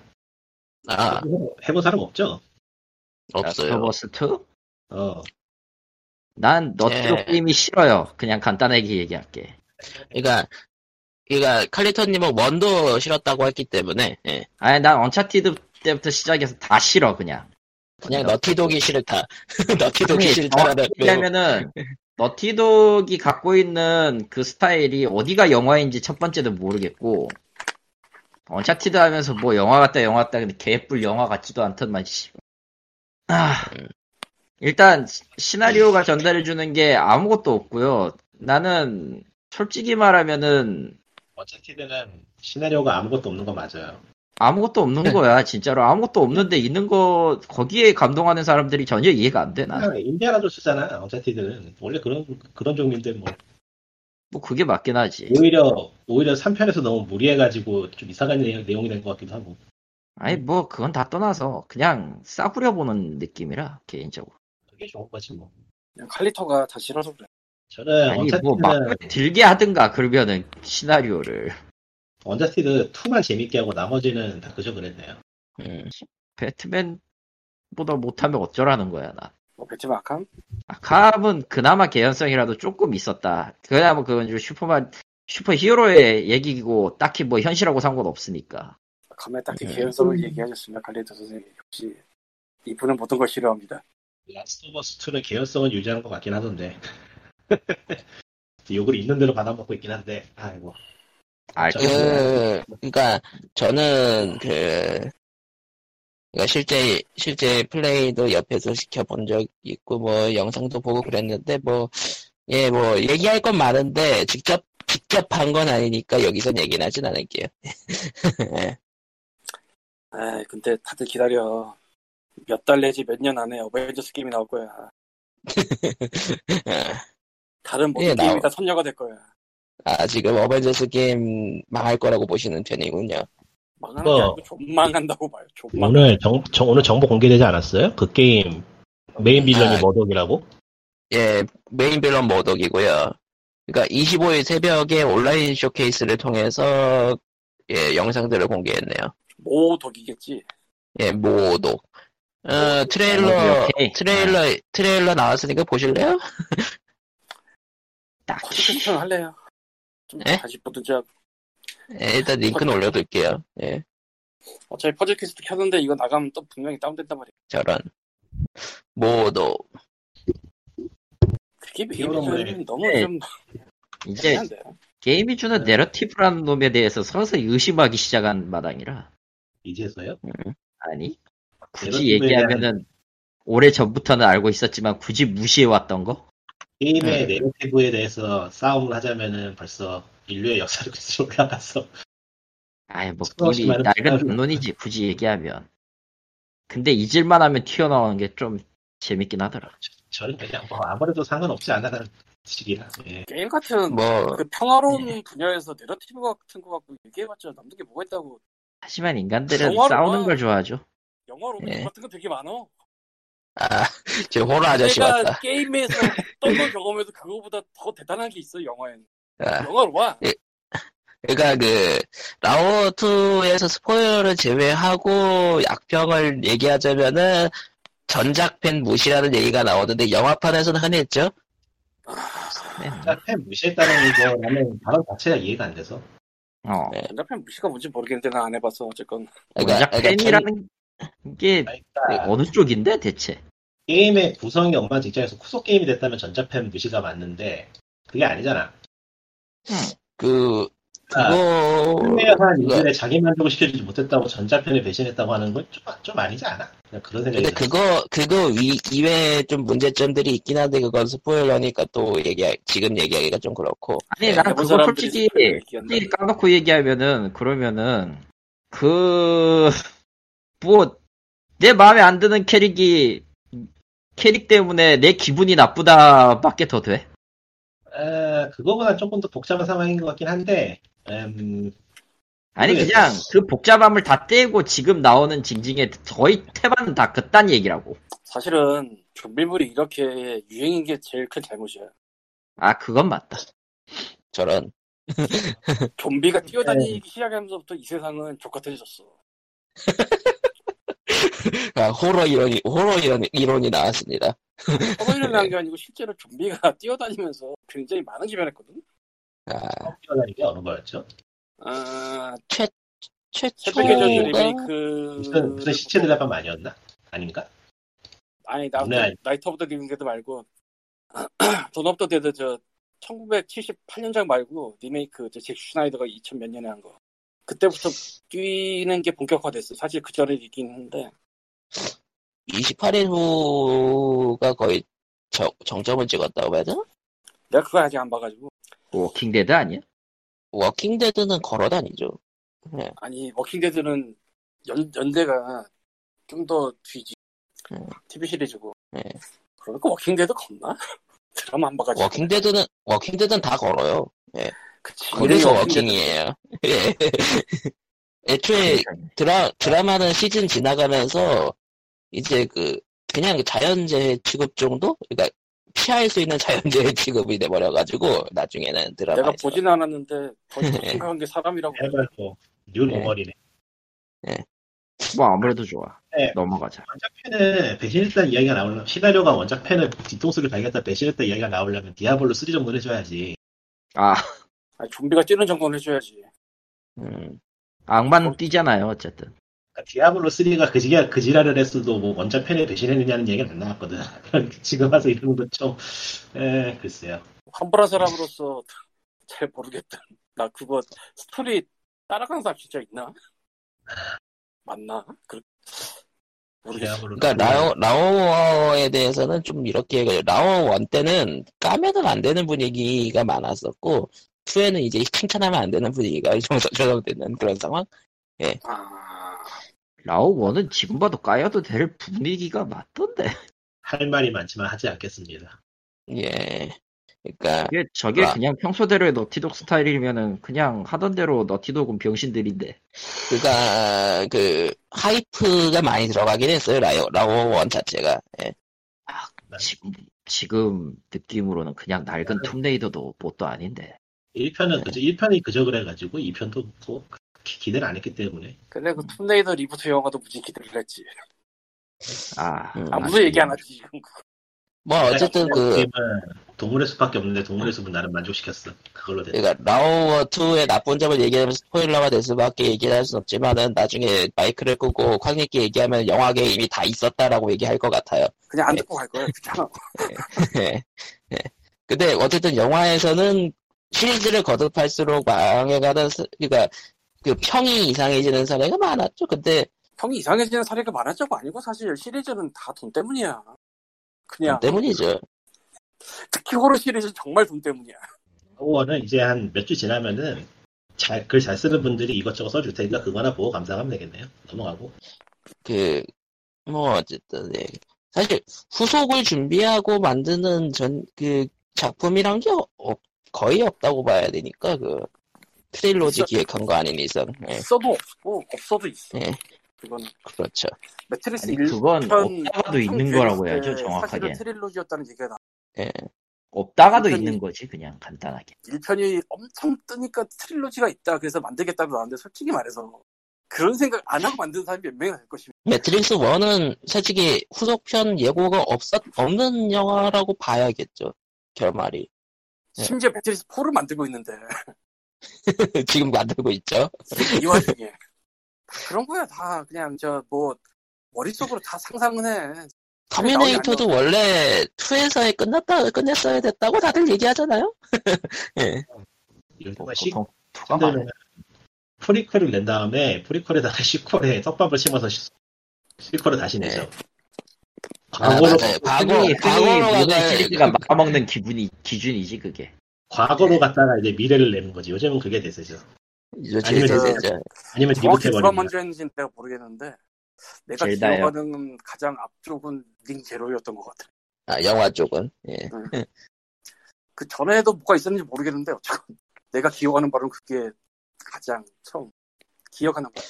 S1: 아
S4: 해본- 해본 사람 없죠?
S1: 없어요.
S2: 버스 2?
S4: 어.
S2: 난 너트로
S1: 예.
S2: 게임이 싫어요. 그냥 간단하게 얘기할게.
S1: 그러니까 그러니까 칼리터님은 원도 싫었다고 했기 때문에 예.
S2: 아니 난 언차티드 때부터 시작해서 다 싫어 그냥.
S1: 그냥 너티독이 싫다. [laughs] 너티독이
S2: 아니,
S1: 싫다라는 그
S2: 정확히 얘기하면은 너티독이 갖고 있는 그 스타일이 어디가 영화인지 첫 번째도 모르겠고 언차티드 하면서 뭐 영화 같다 영화 같다 근데 개뿔 영화 같지도 않던만 씨. 아, 일단 시- 시나리오가 전달해 주는 게 아무것도 없고요. 나는 솔직히 말하면은
S4: 어쨌든 시나리오가 아무것도 없는 거 맞아요.
S2: 아무것도 없는 거야, 진짜로 아무것도 없는데 있는 거 거기에 감동하는 사람들이 전혀 이해가 안 돼. 나.
S4: 그냥 인디아나 조스잖아. 어쨌든 원래 그런 그런 종류인데 뭐
S2: 뭐 그게 맞긴 하지.
S4: 오히려 오히려 3편에서 너무 무리해가지고 좀 이상한 내- 내용이 된 것 같기도 하고.
S2: 아니
S5: 음.
S2: 뭐 그건 다 떠나서 그냥 싸구려 보는 느낌이라 개인적으로.
S4: 그게 좋은 거지 뭐.
S5: 그냥 칼리터가 다 싫어서 그래.
S4: 저는
S2: 아니 뭐
S4: 언차티드는
S2: 막
S5: 네.
S2: 들게 하든가 그러면은 시나리오를 [laughs]
S4: 언차티드 2만 재밌게 하고 나머지는 다 그저 그랬네요.
S1: 음.
S2: 배트맨보다 못하면 어쩌라는 거야 나.
S5: 뭐 배트맨 아캄?
S2: 아캄은 그나마 개연성이라도 조금 있었다. 그나마 그건 좀 슈퍼만 슈퍼 히어로의 얘기고 딱히 뭐 현실하고 상관없으니까.
S5: 아캄에 딱히
S1: 네.
S5: 개연성을 얘기하셨습니다. 칼리터 선생님. 역시 이분은 모든 걸 싫어합니다.
S4: 라스트 오브 스 2는 개연성을 유지하는 것 같긴 하던데. [laughs] 욕을 있는 대로 받아먹고 있긴 한데. 아이고.
S2: 아,
S4: 저-
S2: 그,
S5: 네.
S1: 그, 그니까, 저는, 그, 그러니까 실제, 실제 플레이도 옆에서 시켜본 적 있고, 뭐, 영상도 보고 그랬는데, 뭐, 예, 뭐, 얘기할 건 많은데, 직접, 직접 한 건 아니니까, 여기선 얘기는 하진 않을게요.
S5: 에이 근데 다들 기다려. 몇 달 내지 몇 년 안에 어벤져스 게임이
S1: [laughs]
S5: 나올 거야. 다른 모든
S1: 예, 나와.
S5: 게임이 다 선녀가 될 거야.
S1: 아, 지금 어벤져스 게임 망할 거라고 보시는 편이군요.
S5: 망하는
S7: 어.
S5: 게 아니고 존망한다고 봐요. 존망.
S7: 오늘 정, 정- 오늘 정보 공개되지 않았어요? 그 게임 메인 빌런이 뭐
S1: 아.
S7: 머덕이라고?
S1: 예, 메인 빌런 모독이고요. 그러니까 25일 새벽에 온라인 쇼케이스를 통해서 예, 영상들을 공개했네요.
S5: 뭐 모독이겠지.
S1: 예, 모독. 어, 트레일러
S2: 아, 오케이. 네.
S1: 트레일러 트레일러 나왔으니까 보실래요?
S2: 딱히
S5: 컨텐츠는 할래요. 좀
S1: 예?
S5: 다시 보든지 하고.
S1: 예, 일단 링크는 올려둘게요. 예,
S5: 어차피 퍼즐 퀘스트 켰는데 이거 나가면 또 분명히 다운된단 말이야.
S1: 저런 모독.
S5: 그게
S4: 이거는 뭐
S5: 메이비전은 너무
S2: 예.
S5: 좀
S2: 이제
S5: 안 돼요.
S2: 게임이
S5: 네.
S2: 주는 내러티브라는 놈에 대해서 서서히 의심하기 시작한 마당이라.
S4: 이제서요?
S2: 아니 굳이
S4: 내러티브에
S2: 얘기하면은 오래 전부터는 알고 있었지만 굳이 무시해 왔던 거.
S1: 네.
S4: 게임의 내러티브에 대해서 싸움을 하자면은 벌써 인류의 역사를 거슬러 올라가서 [laughs]
S2: 아이 뭐
S4: 수고하신
S2: 이미
S4: 많은
S2: 낡은
S4: 분들.
S2: 담론이지 굳이 얘기하면 근데 잊을만 하면 튀어나오는 게 좀 재밌긴 하더라
S4: 저는 그냥 뭐 아무래도 상관없지 않아라는 식이라 예.
S5: 게임 같은
S1: 뭐
S5: 그 평화로운 분야에서 내러티브 같은 거 갖고 얘기해봤자 남는 게 뭐가 있다고.
S2: 하지만 인간들은
S5: 영화로만-
S2: 싸우는 걸 좋아하죠
S5: 영화로
S1: 예.
S5: 같은 거 되게 많아.
S1: 아, 저 호러 아저씨
S5: 내가
S1: 왔다.
S5: 게임에서 어떤 걸 경험해도 그거보다 더 대단한 게 있어 영화에는.
S1: 아.
S5: 영화로 와.
S1: 그러니까 그 라오 2에서 스포일러를 제외하고 약평을 얘기하자면은 전작 팬 무시라는 얘기가 나오는데 영화판에서는 흔했죠.
S2: 네.
S4: 그러니까 팬 무시했다는 거라는 발언 자체가 이해가 안 돼서
S2: 어.
S1: 네.
S5: 전자편 무시가 뭔지 모르겠는데 난 안 해봤어 어쨌건.
S1: 그러니까,
S2: 원작 팬이라는 게
S7: 아.
S4: 그러니까
S2: 어느 쪽인데 대체
S4: 게임의 구성이 엉망진창해서 후속 게임이 됐다면 전자팬 무시가 맞는데 그게 아니잖아
S1: 그
S2: 아,
S4: 그러니까
S1: 어, 그거
S4: 판매한 인들의 자기 만족을 시켜주지 못했다고 전자팬을 배신했다고 하는 건 좀 아니지 않아 그냥 그런 생각이
S1: 근데 그거 그거 위, 이외에 좀 문제점들이 있긴 한데 그건 스포일러니까 또 얘기 지금 얘기하기가 좀 그렇고
S2: 아니 난
S5: 해본
S2: 네, 그거
S5: 네, 사람들이
S2: 솔직히 그러니까.
S5: 스포일러 얘기한다.
S2: 솔직히 까놓고 얘기하면은 그러면은 그... 뭐 내 마음에 안 드는 캐릭이 캐릭 때문에 내 기분이 나쁘다밖에 더 돼?
S4: 아, 그거보다 조금 더 복잡한 상황인 것 같긴 한데 음,
S2: 아니
S4: 모르겠어.
S2: 그냥 그 복잡함을 다 떼고 지금 나오는 징징의 거의 태반은 다 그딴 얘기라고.
S5: 사실은 준비물이 이렇게 유행인 게 제일 큰 잘못이야.
S2: 아 그건 맞다.
S1: 저런
S5: 좀비가 뛰어다니기 시작하면서부터 이 세상은 족같아졌어.
S1: 아, 호러 이론이 호러 이론, 이론이 나왔습니다.
S5: 서버이를 한게 아니고 실제로 좀비가 [laughs] 뛰어다니면서 굉장히 많은 기변했거든.
S1: 아,
S4: 성격이라는 게 어느 거였죠?
S5: 아,
S1: 최초가
S5: 새벽의 전주
S1: 그러니까
S5: 리메이크. 그
S4: 무슨, 무슨 시체 드라마 아니었나? 아닌가?
S5: 아니, 나,
S4: 네.
S5: 나이트 오브 더 리메이크 말고, [clears throat] 돈 업더 데드 저, 1978년작 말고 리메이크 저잭 슈나이더가 2000 몇 년에 한 거. 그때부터 뛰는 게 본격화됐어. 사실 그 전에 있긴 한데
S1: 28일 후가 거의 저- 정점을 찍었다고 해야 되나?
S5: 내가 그걸 아직 안 봐가지고
S2: 워킹데드 아니야?
S1: 워킹데드는 걸어 다니죠. 네.
S5: 아니 워킹데드는 연, 연대가 좀 더 뒤지
S1: 음.
S5: TV 시리즈고
S1: 네.
S5: 그러니까 워킹데드 겁나? [laughs] 드라마 안 봐가지고
S1: 워킹데드는, 워킹데드는 다 걸어요.
S5: 아, 그치
S1: 그래서
S5: 이름이 워킹데드.
S1: 워킹이에요. [laughs] 예. 애초에 드라, 드라마는 시즌 지나가면서 이제 그 그냥 자연재해 취급 정도? 그러니까 피할 수 있는 자연재해 취급이 돼버려가지고 나중에는 드라마에서
S5: 내가 보진 않았는데
S1: [laughs]
S5: 더 심각한 게 사람이라고
S3: 해발 또뉴
S1: 네.
S3: 노멀이네.
S2: 뭐 아무래도 좋아.
S3: 네.
S2: 넘어가자.
S3: 원작팬을 배신했다 이야기가 나오려면 시나리오가 원작팬을 뒤통수를 달겠다 배신했다 이야기가 나오려면 디아블로 3 정도는 해줘야지.
S2: 아
S5: 아니, 좀비가 뛰는 정도는 해줘야지
S1: 음,
S2: 악마는 뛰잖아요 어쨌든.
S3: 그러니까 디아블로 3가 그지야 그지랄을 했어도 뭐 원작팬을 배신했느냐는 얘기가 안 나왔거든. [laughs] 지금 와서 이런 건좀 에, 글쎄요.
S5: 환불한 사람으로서 [laughs] 잘 모르겠다 나 그거 스토리 따라간 사람 진짜 있나? 맞나? 그... 모르겠어
S3: 디아블로
S1: 그러니까 라오 라오어에 대해서는 좀 이렇게 얘기해요. 라오어 원 때는 까면은 안 되는 분위기가 많았었고 2에는 이제 칭찬하면 안 되는 분위기가 좀 조성되는 그런 상황.
S5: 아...
S2: 라오 원은 지금 봐도 까여도 될 분위기가 맞던데.
S3: 할 말이 많지만 하지 않겠습니다.
S1: 예. 그러니까
S2: 이게 저게
S1: 아.
S2: 그냥 평소대로의 너티독 스타일이면은 그냥 하던 대로 너티독은 병신들인데.
S5: 네.
S1: 그가 그 하이프가 많이 들어가긴 했어요 라오 라오어 원 자체가. 예.
S2: 지금 지금 느낌으로는 그냥 낡은
S5: 네.
S2: 툼레이더도 뭣도 아닌데.
S3: 1편은 그저 1편이 그저 그래가지고 2편도 뭐 기- 기대를 안 했기 때문에
S5: 근데 그 툼레이더 리부트 영화도 무지 기대를 했지
S2: 아
S1: 음.
S5: 아무도 얘기 안 하지 지금
S1: 뭐 어쨌든 그
S3: 게임은 동물의 숲밖에 없는데 동물의 숲은 나를 만족시켰어. 그걸로 됐다.
S1: 그러니까 라오어 2의 나쁜 점을 얘기하면 스포일러가 될 수밖에 얘기할 순 없지만은 나중에 마이크를 끄고 광희 있게 얘기하면 영화계 이미 다 있었다라고 얘기할 것 같아요.
S5: 그냥 안 듣고 갈 거야 그냥
S1: 예. 예. 근데 어쨌든 영화에서는 시리즈를 거듭할수록 망해가는 스- 그러니까 그 평이 이상해지는 사례가 많았죠. 근데
S5: [laughs] 형이 이상해지는 사례가 많았다고 아니고 사실 시리즈는 다 돈 때문이야
S1: 돈
S5: 그냥
S1: 때문이죠.
S5: 특히 호러 시리즈 정말 돈 때문이야.
S3: 원은 이제 한 몇 주 지나면은 잘 글 잘 쓰는 분들이 이것저것 써줄 테니까 그거 하나 보고 감상하면 되겠네요. 넘어가고
S1: 그 뭐 어쨌든 예. 사실 후속을 준비하고 만드는 전 그 작품이란 게 없- 거의 없다고 봐야 되니까 그 트릴로지
S5: 있어.
S1: 기획한 거 아닌 이상 예,
S5: 있어도 없고 없어도 있어.
S1: 예.
S5: 그건
S1: 그렇죠.
S5: 매트리스
S2: 아니
S5: 1편
S2: 그건
S5: 편그
S2: 없다가도 있는 거라고 해야죠 정확하게.
S5: 사실은 트릴로지였다는 얘기가 나.
S2: 없다가도
S5: 일편이-
S2: 있는 거지 그냥 간단하게.
S5: 1편이 엄청 뜨니까 트릴로지가 있다. 그래서 만들겠다고 나왔는데 솔직히 말해서 그런 생각 안 하고 만든 사람이 몇 명이 될 것입니다.
S1: 매트릭스 1은 솔직히 후속편 예고가 없었 없는 영화라고 봐야겠죠. 결말이 예.
S5: 심지어 매트리스 4를 만들고 있는데
S1: [laughs] 지금 만들고 있죠.
S5: 이 와중에 그런 거야 다 그냥 저 뭐 머릿속으로 다 상상은 해.
S1: 터미네이터도 원래 2에서의 끝났다 끝냈어야 됐다고 다들 얘기하잖아요. 예.
S3: 이런
S5: 그러니까
S2: 뭐
S3: 거시
S2: 보통 투가 많아.
S3: 힘들면 프리퀄을 낸 다음에 프리퀄에다가 [laughs] 시퀄에 떡밥을 심어서 시- 시퀄을 다시 내죠.
S1: 네. 아,
S3: 과거로
S1: 맞아요. 과거
S2: 그
S1: 그
S2: 흔히- 흔히
S1: 과거로
S2: 모든 시리즈가
S1: 가는
S2: 막아먹는 기분이 기준이지 그게.
S3: 과거로 갔다가 이제 미래를 내는 거지. 요즘은 그게 대세죠.
S1: 요즘
S3: 아니면
S1: 대세죠.
S3: 아니면
S5: 정확히 누가
S3: 리부트해버리는
S5: 먼저 했는지는 내가 모르겠는데 내가
S2: 젤다요.
S5: 기억하는 가장 앞쪽은 링 제로였던 것 같아.
S1: 아, 영화 쪽은. 예.
S5: 그 전에도 뭐가 있었는지 모르겠는데 어쨌건 내가 기억하는 바로는 그게 가장 처음 기억하는 거.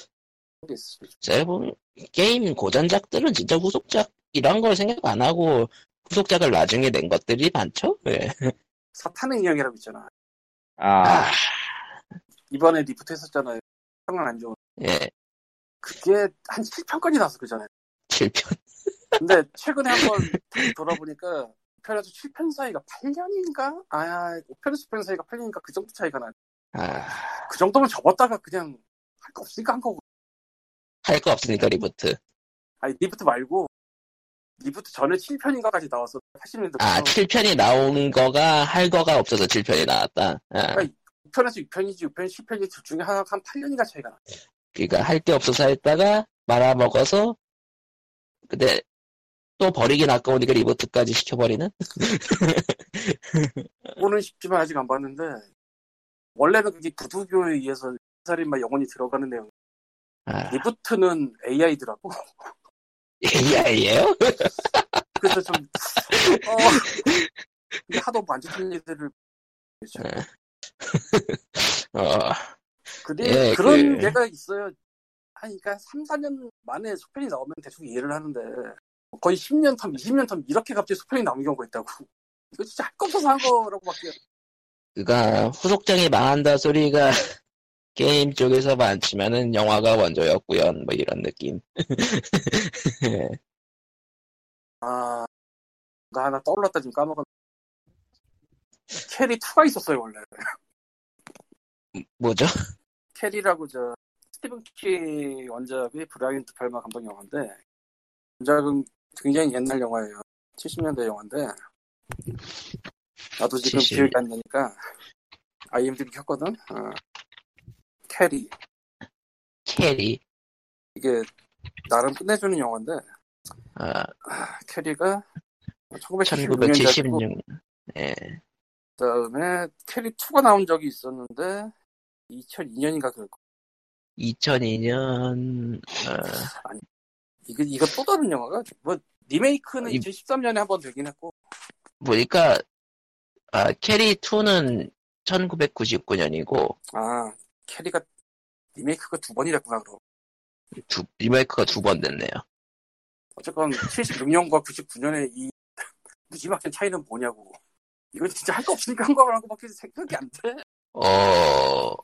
S1: 제가 보면 게임 고전작들은 진짜 후속작 이런 걸 생각 안 하고 후속작을 나중에 낸 것들이 많죠. 예.
S5: 사탄의 인형이라고 있잖아.
S2: 아
S1: 아,
S5: 이번에 리프트 했었잖아요. 상황 안 좋은.
S1: 예.
S5: 그게 한 7편까지 나왔어 그 전에.
S1: 7편.
S5: 근데 최근에 한번 다시 돌아보니까 7편에서 7편 사이가 8년인가? 아 5편에서 7편 사이가 8년인가 그 정도 차이가 나.
S1: 아,
S5: 그 정도면 접었다가 그냥 할 거 없으니까 한 거고.
S1: 할 거 없으니까 리부트.
S5: 아니 리부트 말고 리부트 전에 7편인가까지 나왔어 80년대
S1: 아, 7편이 나온 거가 할 거가 없어서 7편이 나왔다. 아,
S5: 6편에서 6편이지 6편 7편이 둘 중에 한, 한 8년인가 차이가 나
S1: 그러니까 할 게 없어서 했다가 말아먹어서 근데 또 버리긴 아까우니까 리부트까지 시켜버리는?
S5: 보는 쉽지만 아직 안 봤는데 원래는 그게 부두교에 의해서 살인마 영혼이 들어가는 내용.
S1: 아, [laughs]
S5: 리부트는 AI더라고.
S1: AI예요?
S5: 그래서 좀 어, 근데 하도 만지는 얘들을 그렇죠.
S1: 어,
S5: 근데
S1: 예,
S5: 그런
S1: 그-
S5: 얘가 있어요. 한 그러니까 3, 4년 만에 소편이 나오면 대충 이해를 하는데 거의 10년 텀, 20년 텀 이렇게 갑자기 소편이 나오는 경우가 있다고. 이거 진짜 할 거 없어서 한 거라고밖에.
S1: 그니까 후속작이 망한다 소리가 [laughs] 게임 쪽에서 많지만은 영화가 원조였구요 뭐 이런 느낌
S5: 아, 나 하나 떠올랐다 지금 까먹었네. 캐리 2가 있었어요 원래.
S1: 뭐죠?
S5: 캐리라고 저 스티븐 키 원작의 브라이언 드팔마 감독 영화인데 원작은 굉장히 옛날 영화예요. 70년대 영화인데 나도 지금
S1: 70.
S5: 기억이 안 나니까 IMDb 켰거든. 어. 캐리
S1: 캐리
S5: 이게 나름 끝내주는 영화인데
S1: 아,
S5: 아, 캐리가 1976년이고
S1: 1976년 예.
S5: 그다음에 캐리 2가 나온 적이 있었는데 2002년인가 그럴 거.
S1: 2002년 어,
S5: 이거 이거 또 다른 영화가 뭐 리메이크는
S1: 이-
S5: 2013년에 한 번 되긴 했고.
S1: 보니까 아, 캐리 2는 1999년이고
S5: 아, 캐리가 리메이크가 두 번이랬구나, 그럼.
S1: 두, 리메이크가 두 번 됐네요
S5: 어쨌건 76년과 99년의 이 무지막한 차이는 뭐냐고. 이건 진짜 할 거 없으니까 한 거라고 밖에 생각이 안 돼.
S1: 어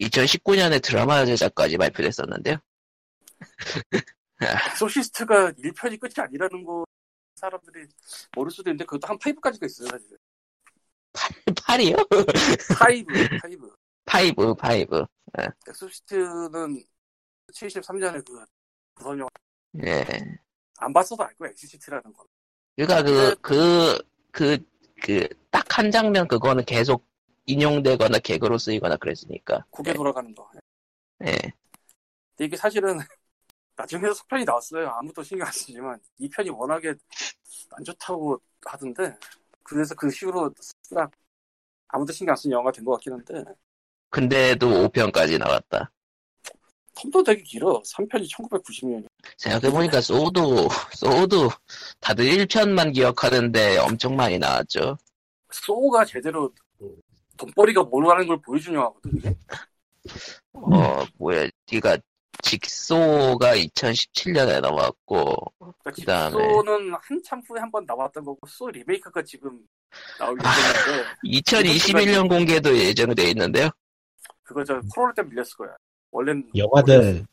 S1: 2019년에 드라마 제작까지 발표됐었는데요 [laughs]
S5: 소시스트가 1편이 끝이 아니라는 거 사람들이 모를 수도 있는데 그것도 한 5까지가 있어요, 사실.
S1: 8이요?
S5: 5, 5.
S1: 5 5
S5: 엑소시스트는 73년에 그 무서운 영화
S1: 예.
S5: 안 봤어도 알 거야, 엑소시스트라는 거.
S1: 그러니까 그 그 그 그 딱 한 장면 그거는 계속 인용되거나 개그로 쓰이거나 그랬으니까.
S5: 고개 돌아가는 거.
S1: 예.
S5: 근데 이게 사실은 [laughs] 나중에 속편이 나왔어요. 아무도 신경 안 쓰지만 이 편이 워낙에 안 좋다고 하던데 그래서 그 식으로 싹 아무도 신경 안 쓴 영화가 된 것 같긴 한데
S1: 근데도 5편까지 나왔다.
S5: 텀도 되게 길어. 3편이 1990년.
S1: 생각해보니까 소우도 소우도 다들 1편만 기억하는데 엄청 많이 나왔죠.
S5: 소우가 제대로 돈벌이가 뭘 하는 걸 보여준 영화거든. 그러니까 이게.
S1: 어 뭐야 니가 직소가 2017년에 나왔고
S5: 그러니까
S1: 그다음에.
S5: 소우는 한참 후에 한 번 나왔던 거고 소 리메이크가 지금 나올 예정인데
S1: 2021년 공개도 예정돼 있는데요.
S5: 그거 저 코로나 때 밀렸을 거야. 원래는
S4: 영화들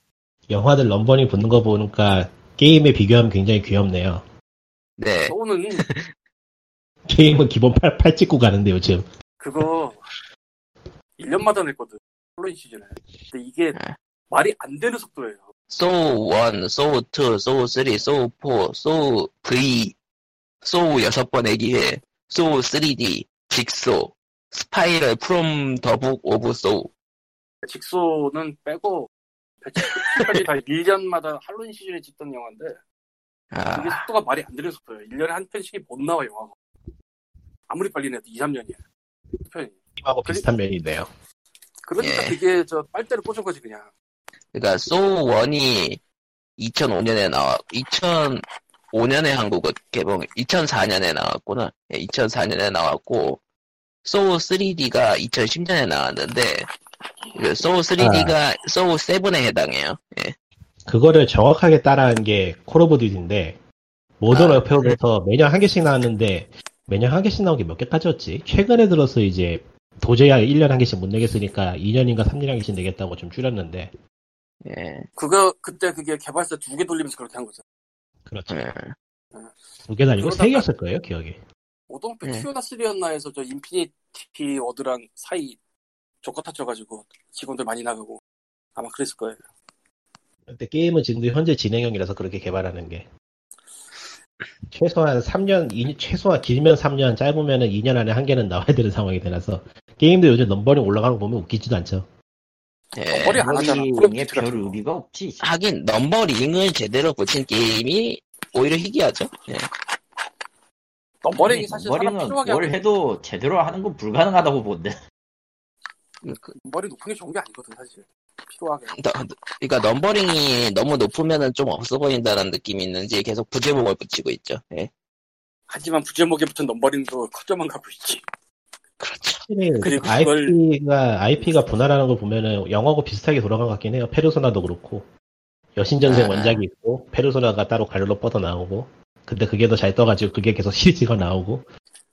S4: 영화들 넘버링 붙는 거 보니까 게임에 비교하면 굉장히 귀엽네요. [laughs]
S1: 네.
S5: 소우는
S4: 게임은 기본 8, 팔 찍고 가는데 요즘
S5: 그거 1년마다 냈거든. 홀로인 시즌에. 근데 이게
S1: 네.
S5: 말이 안 되는 속도예요.
S1: 소우 1, 소우 2, 소우 3, 소우 4, 소우 V, 소우 여섯 번의 기회, 소우 3D, 직소, 스파이럴 프롬 더북 오브 소우.
S5: 직소는 빼고 배치까지 다 1년마다 할로윈 시즌에 찍던 영화인데
S1: 아,
S5: 이게 속도가 말이 안 되는 속도예요. 1년에 한 편씩이 못 나와 영화가. 아무리 빨리 내도 2, 3년이야. 편이.
S4: 게임하고 비슷한 면이 있네요.
S5: 그러니까
S1: 예.
S5: 그게 저 빨대를 꽂은 거지 그냥.
S1: 그러니까 소우 1이 2005년에 나와, 2005년에 한국어 개봉, 2004년에 나왔구나. 2004년에 나왔고, 소우 3D가 2010년에 나왔는데, 그 소우 3D가 소우 7에 해당해요. 예.
S4: 그거를 정확하게 따라한 게 콜 오브 듀티인데 모던
S1: 아,
S4: 워페어부터 매년 한 개씩 나왔는데 매년 한 개씩 나온 게 몇 개까지였지? 최근에 들어서 이제 도저히 1년 한 개씩 못 내겠으니까 2년인가 3년 한 개씩 내겠다고 좀 줄였는데
S1: 예.
S5: 그거 그때 그게 개발사 두 개 돌리면서 그렇게 한 거죠.
S4: 그렇죠.
S1: 예.
S4: 두 개는 아니고
S5: 네. 그러다가-
S4: 세 개였을 거예요 기억이.
S5: 오동표
S1: 예.
S5: 키오나 3였나 해서 저 인피니티 워드랑 사이 조커 타쳐가지고 직원들 많이 나가고 아마 그랬을 거예요.
S1: 네,
S4: 근데 게임은 지금도 현재 진행형이라서 그렇게 개발하는 게 최소한 3년, 이- 최소한 길면 3년, 짧으면 2년 안에 한 개는 나와야 되는 상황이 되나서 게임도 요즘 넘버링 올라가는 거 보면 웃기지도 않죠.
S1: 예.
S5: 머리 안 하잖아.
S2: 머리에
S5: 그럼
S2: 별
S5: 뒤틀어져.
S2: 의미가 없지.
S1: 하긴 넘버링을 제대로 붙인 게임이 오히려 희귀하죠. 예.
S5: 넘버링이 아, 사실 사람
S2: 머리는
S5: 필요하게
S2: 뭘
S5: 하는
S2: 해도 제대로 하는 건 불가능하다고 본데.
S5: 그 머리 높은 게 좋은 게 아니거든 사실 필요하게
S1: 너- 그러니까 넘버링이 너무 높으면은 좀 없어 보인다는 느낌이 있는지 계속 부제목을 붙이고 있죠. 예.
S5: 하지만 부제목에 붙은 넘버링도 [laughs] 커져만 가고 있지
S1: 그렇죠.
S4: 확실히
S5: 그리고
S4: IP가 IP가 분할하는 걸 보면은 영화하고 비슷하게 돌아간 것 같긴 해요. 페르소나도 그렇고 여신전생
S1: 아.
S5: 네.
S4: 원작이 있고 페르소나가 따로 갈로 뻗어 나오고 근데 그게 더 잘 떠가지고 그게 계속 시리즈가 나오고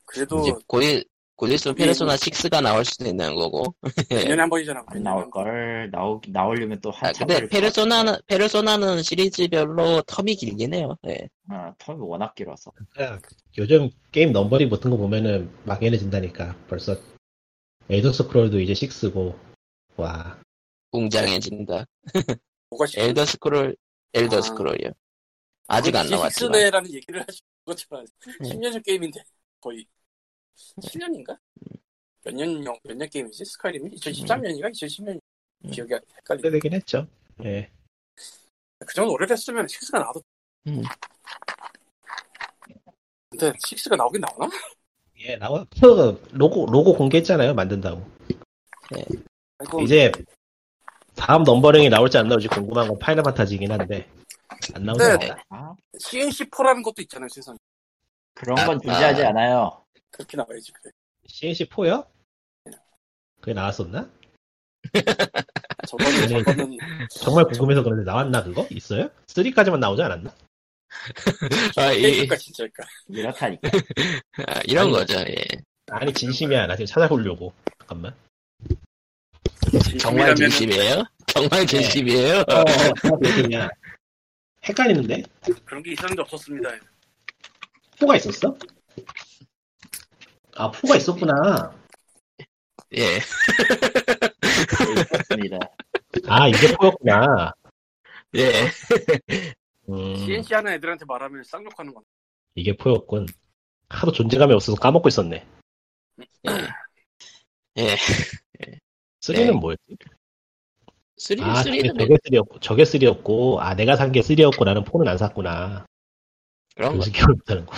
S5: 그래도
S1: 이제 곧, 곧
S5: 예,
S1: 있으면 페르소나 6가 나올 수도 있는 거고. [laughs] 예.
S5: 네. 내년에 한 번이잖아
S2: 안 나올 걸 나오 나오려면 또
S1: 아,
S2: 한참.
S1: 근데
S2: 걸릴 것 같아.
S1: 페르소나는, 페르소나는 시리즈별로 텀이 길긴 해요. 예.
S2: 아, 텀이 워낙 길어서.
S4: 그러니까 요즘 게임 넘버링 붙은 거 보면은 막연해진다니까 벌써 에이더 스크롤도 이제 6고 와
S1: 웅장해진다.
S5: 뭐가 시-
S1: 엘더 스크롤, 엘더
S5: 아.
S1: 스크롤이요. 아직 안
S5: 거의
S1: 나왔지만. 네.
S5: 시스네라는 얘기를 하시는 것처럼 10년 전 게임인데 거의 7년인가? 몇 년 몇 년 게임이지? 스카이림이 2013년인가? 2010년
S1: 음.
S5: 기억이 헷갈리네.
S4: 오래되긴 했죠. 예.
S5: 그 정도 오래됐으면 6가 나도.
S1: 음.
S5: 근데 6가 나오긴 나오나?
S4: 예, 나와. 그 로고 로고 공개했잖아요. 만든다고.
S5: 아이고,
S4: 이제 다음 넘버링이 나올지 안 나올지 궁금한 건 파이널 판타지긴 한데 안 나온 거
S5: 네.
S4: 같다.
S2: 아
S5: CNC4라는 것도 있잖아요, 세상에.
S2: 그런 건 존재하지
S1: 아.
S2: 않아요.
S5: 그렇게 나와야지. 그래.
S4: CNC4요? 그게 나왔었나?
S5: 저거는,
S4: 네.
S5: 저거는
S4: 정말 궁금해서 그런데 나왔나 그거? 있어요? 3까지만 나오지 않았나?
S1: 아, 이,
S5: 게임일까, 진짜일까?
S1: [laughs]
S2: 이렇다니까.
S1: 아, 이런 거죠. 예.
S4: 아니 진심이야 나 지금 찾아보려고 잠깐만
S1: 정말
S5: 진심이라면은 예.
S1: 진심이에요? [laughs] 정말 진심이에요?
S4: [laughs] 어, 어, 그냥
S3: 헷갈리는데?
S5: 그런 게 있었는데 없었습니다.
S3: 4가 있었어? 아 4가 있었구나
S1: 예.
S2: 그렇습니다.
S4: 아 이게 4였구나
S1: 예.
S4: 음,
S5: CNC 하는 애들한테 말하면 쌍욕하는 건
S4: 이게 4였군 하도 존재감이 없어서 까먹고 있었네
S5: 아.
S1: 예.
S4: 3는
S1: 네.
S4: 뭐였지?
S1: 쓰리,
S4: 아 저게,
S1: 쓰리는
S4: 저게 3였고 저게 3였고 아 내가 산 게 3였고 나는 4는 안 샀구나
S1: 그런 거.
S4: 그래서 기억을 못하는 거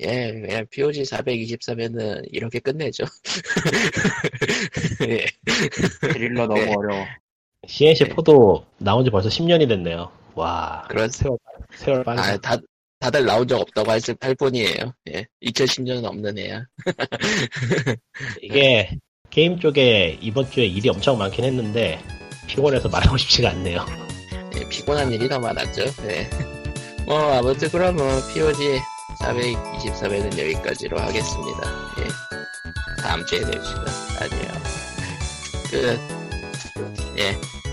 S1: 예, 그냥 POG 424면은 이렇게 끝내죠. [laughs] 예.
S2: 드릴러 너무
S1: 네.
S2: 어려워.
S4: CNC4도 나온 지 벌써 10년이 됐네요. 와.
S1: 그런
S4: 세월, 세월 빠르다.
S1: 아, 다, 다들 나온 적 없다고 했을 뿐이에요. 예. 2010년은 없는 해야.
S4: 이게 게임 쪽에 이번 주에 일이 엄청 많긴 했는데, 피곤해서 말하고 [laughs] 싶지가 않네요.
S1: 예, 피곤한 일이 더 많았죠. 예. [laughs] 뭐, 아무튼 그럼 뭐, POG 424면은 여기까지로 하겠습니다. 예. [laughs] 다음 주에 뵙시다. 안녕. 끝. 예.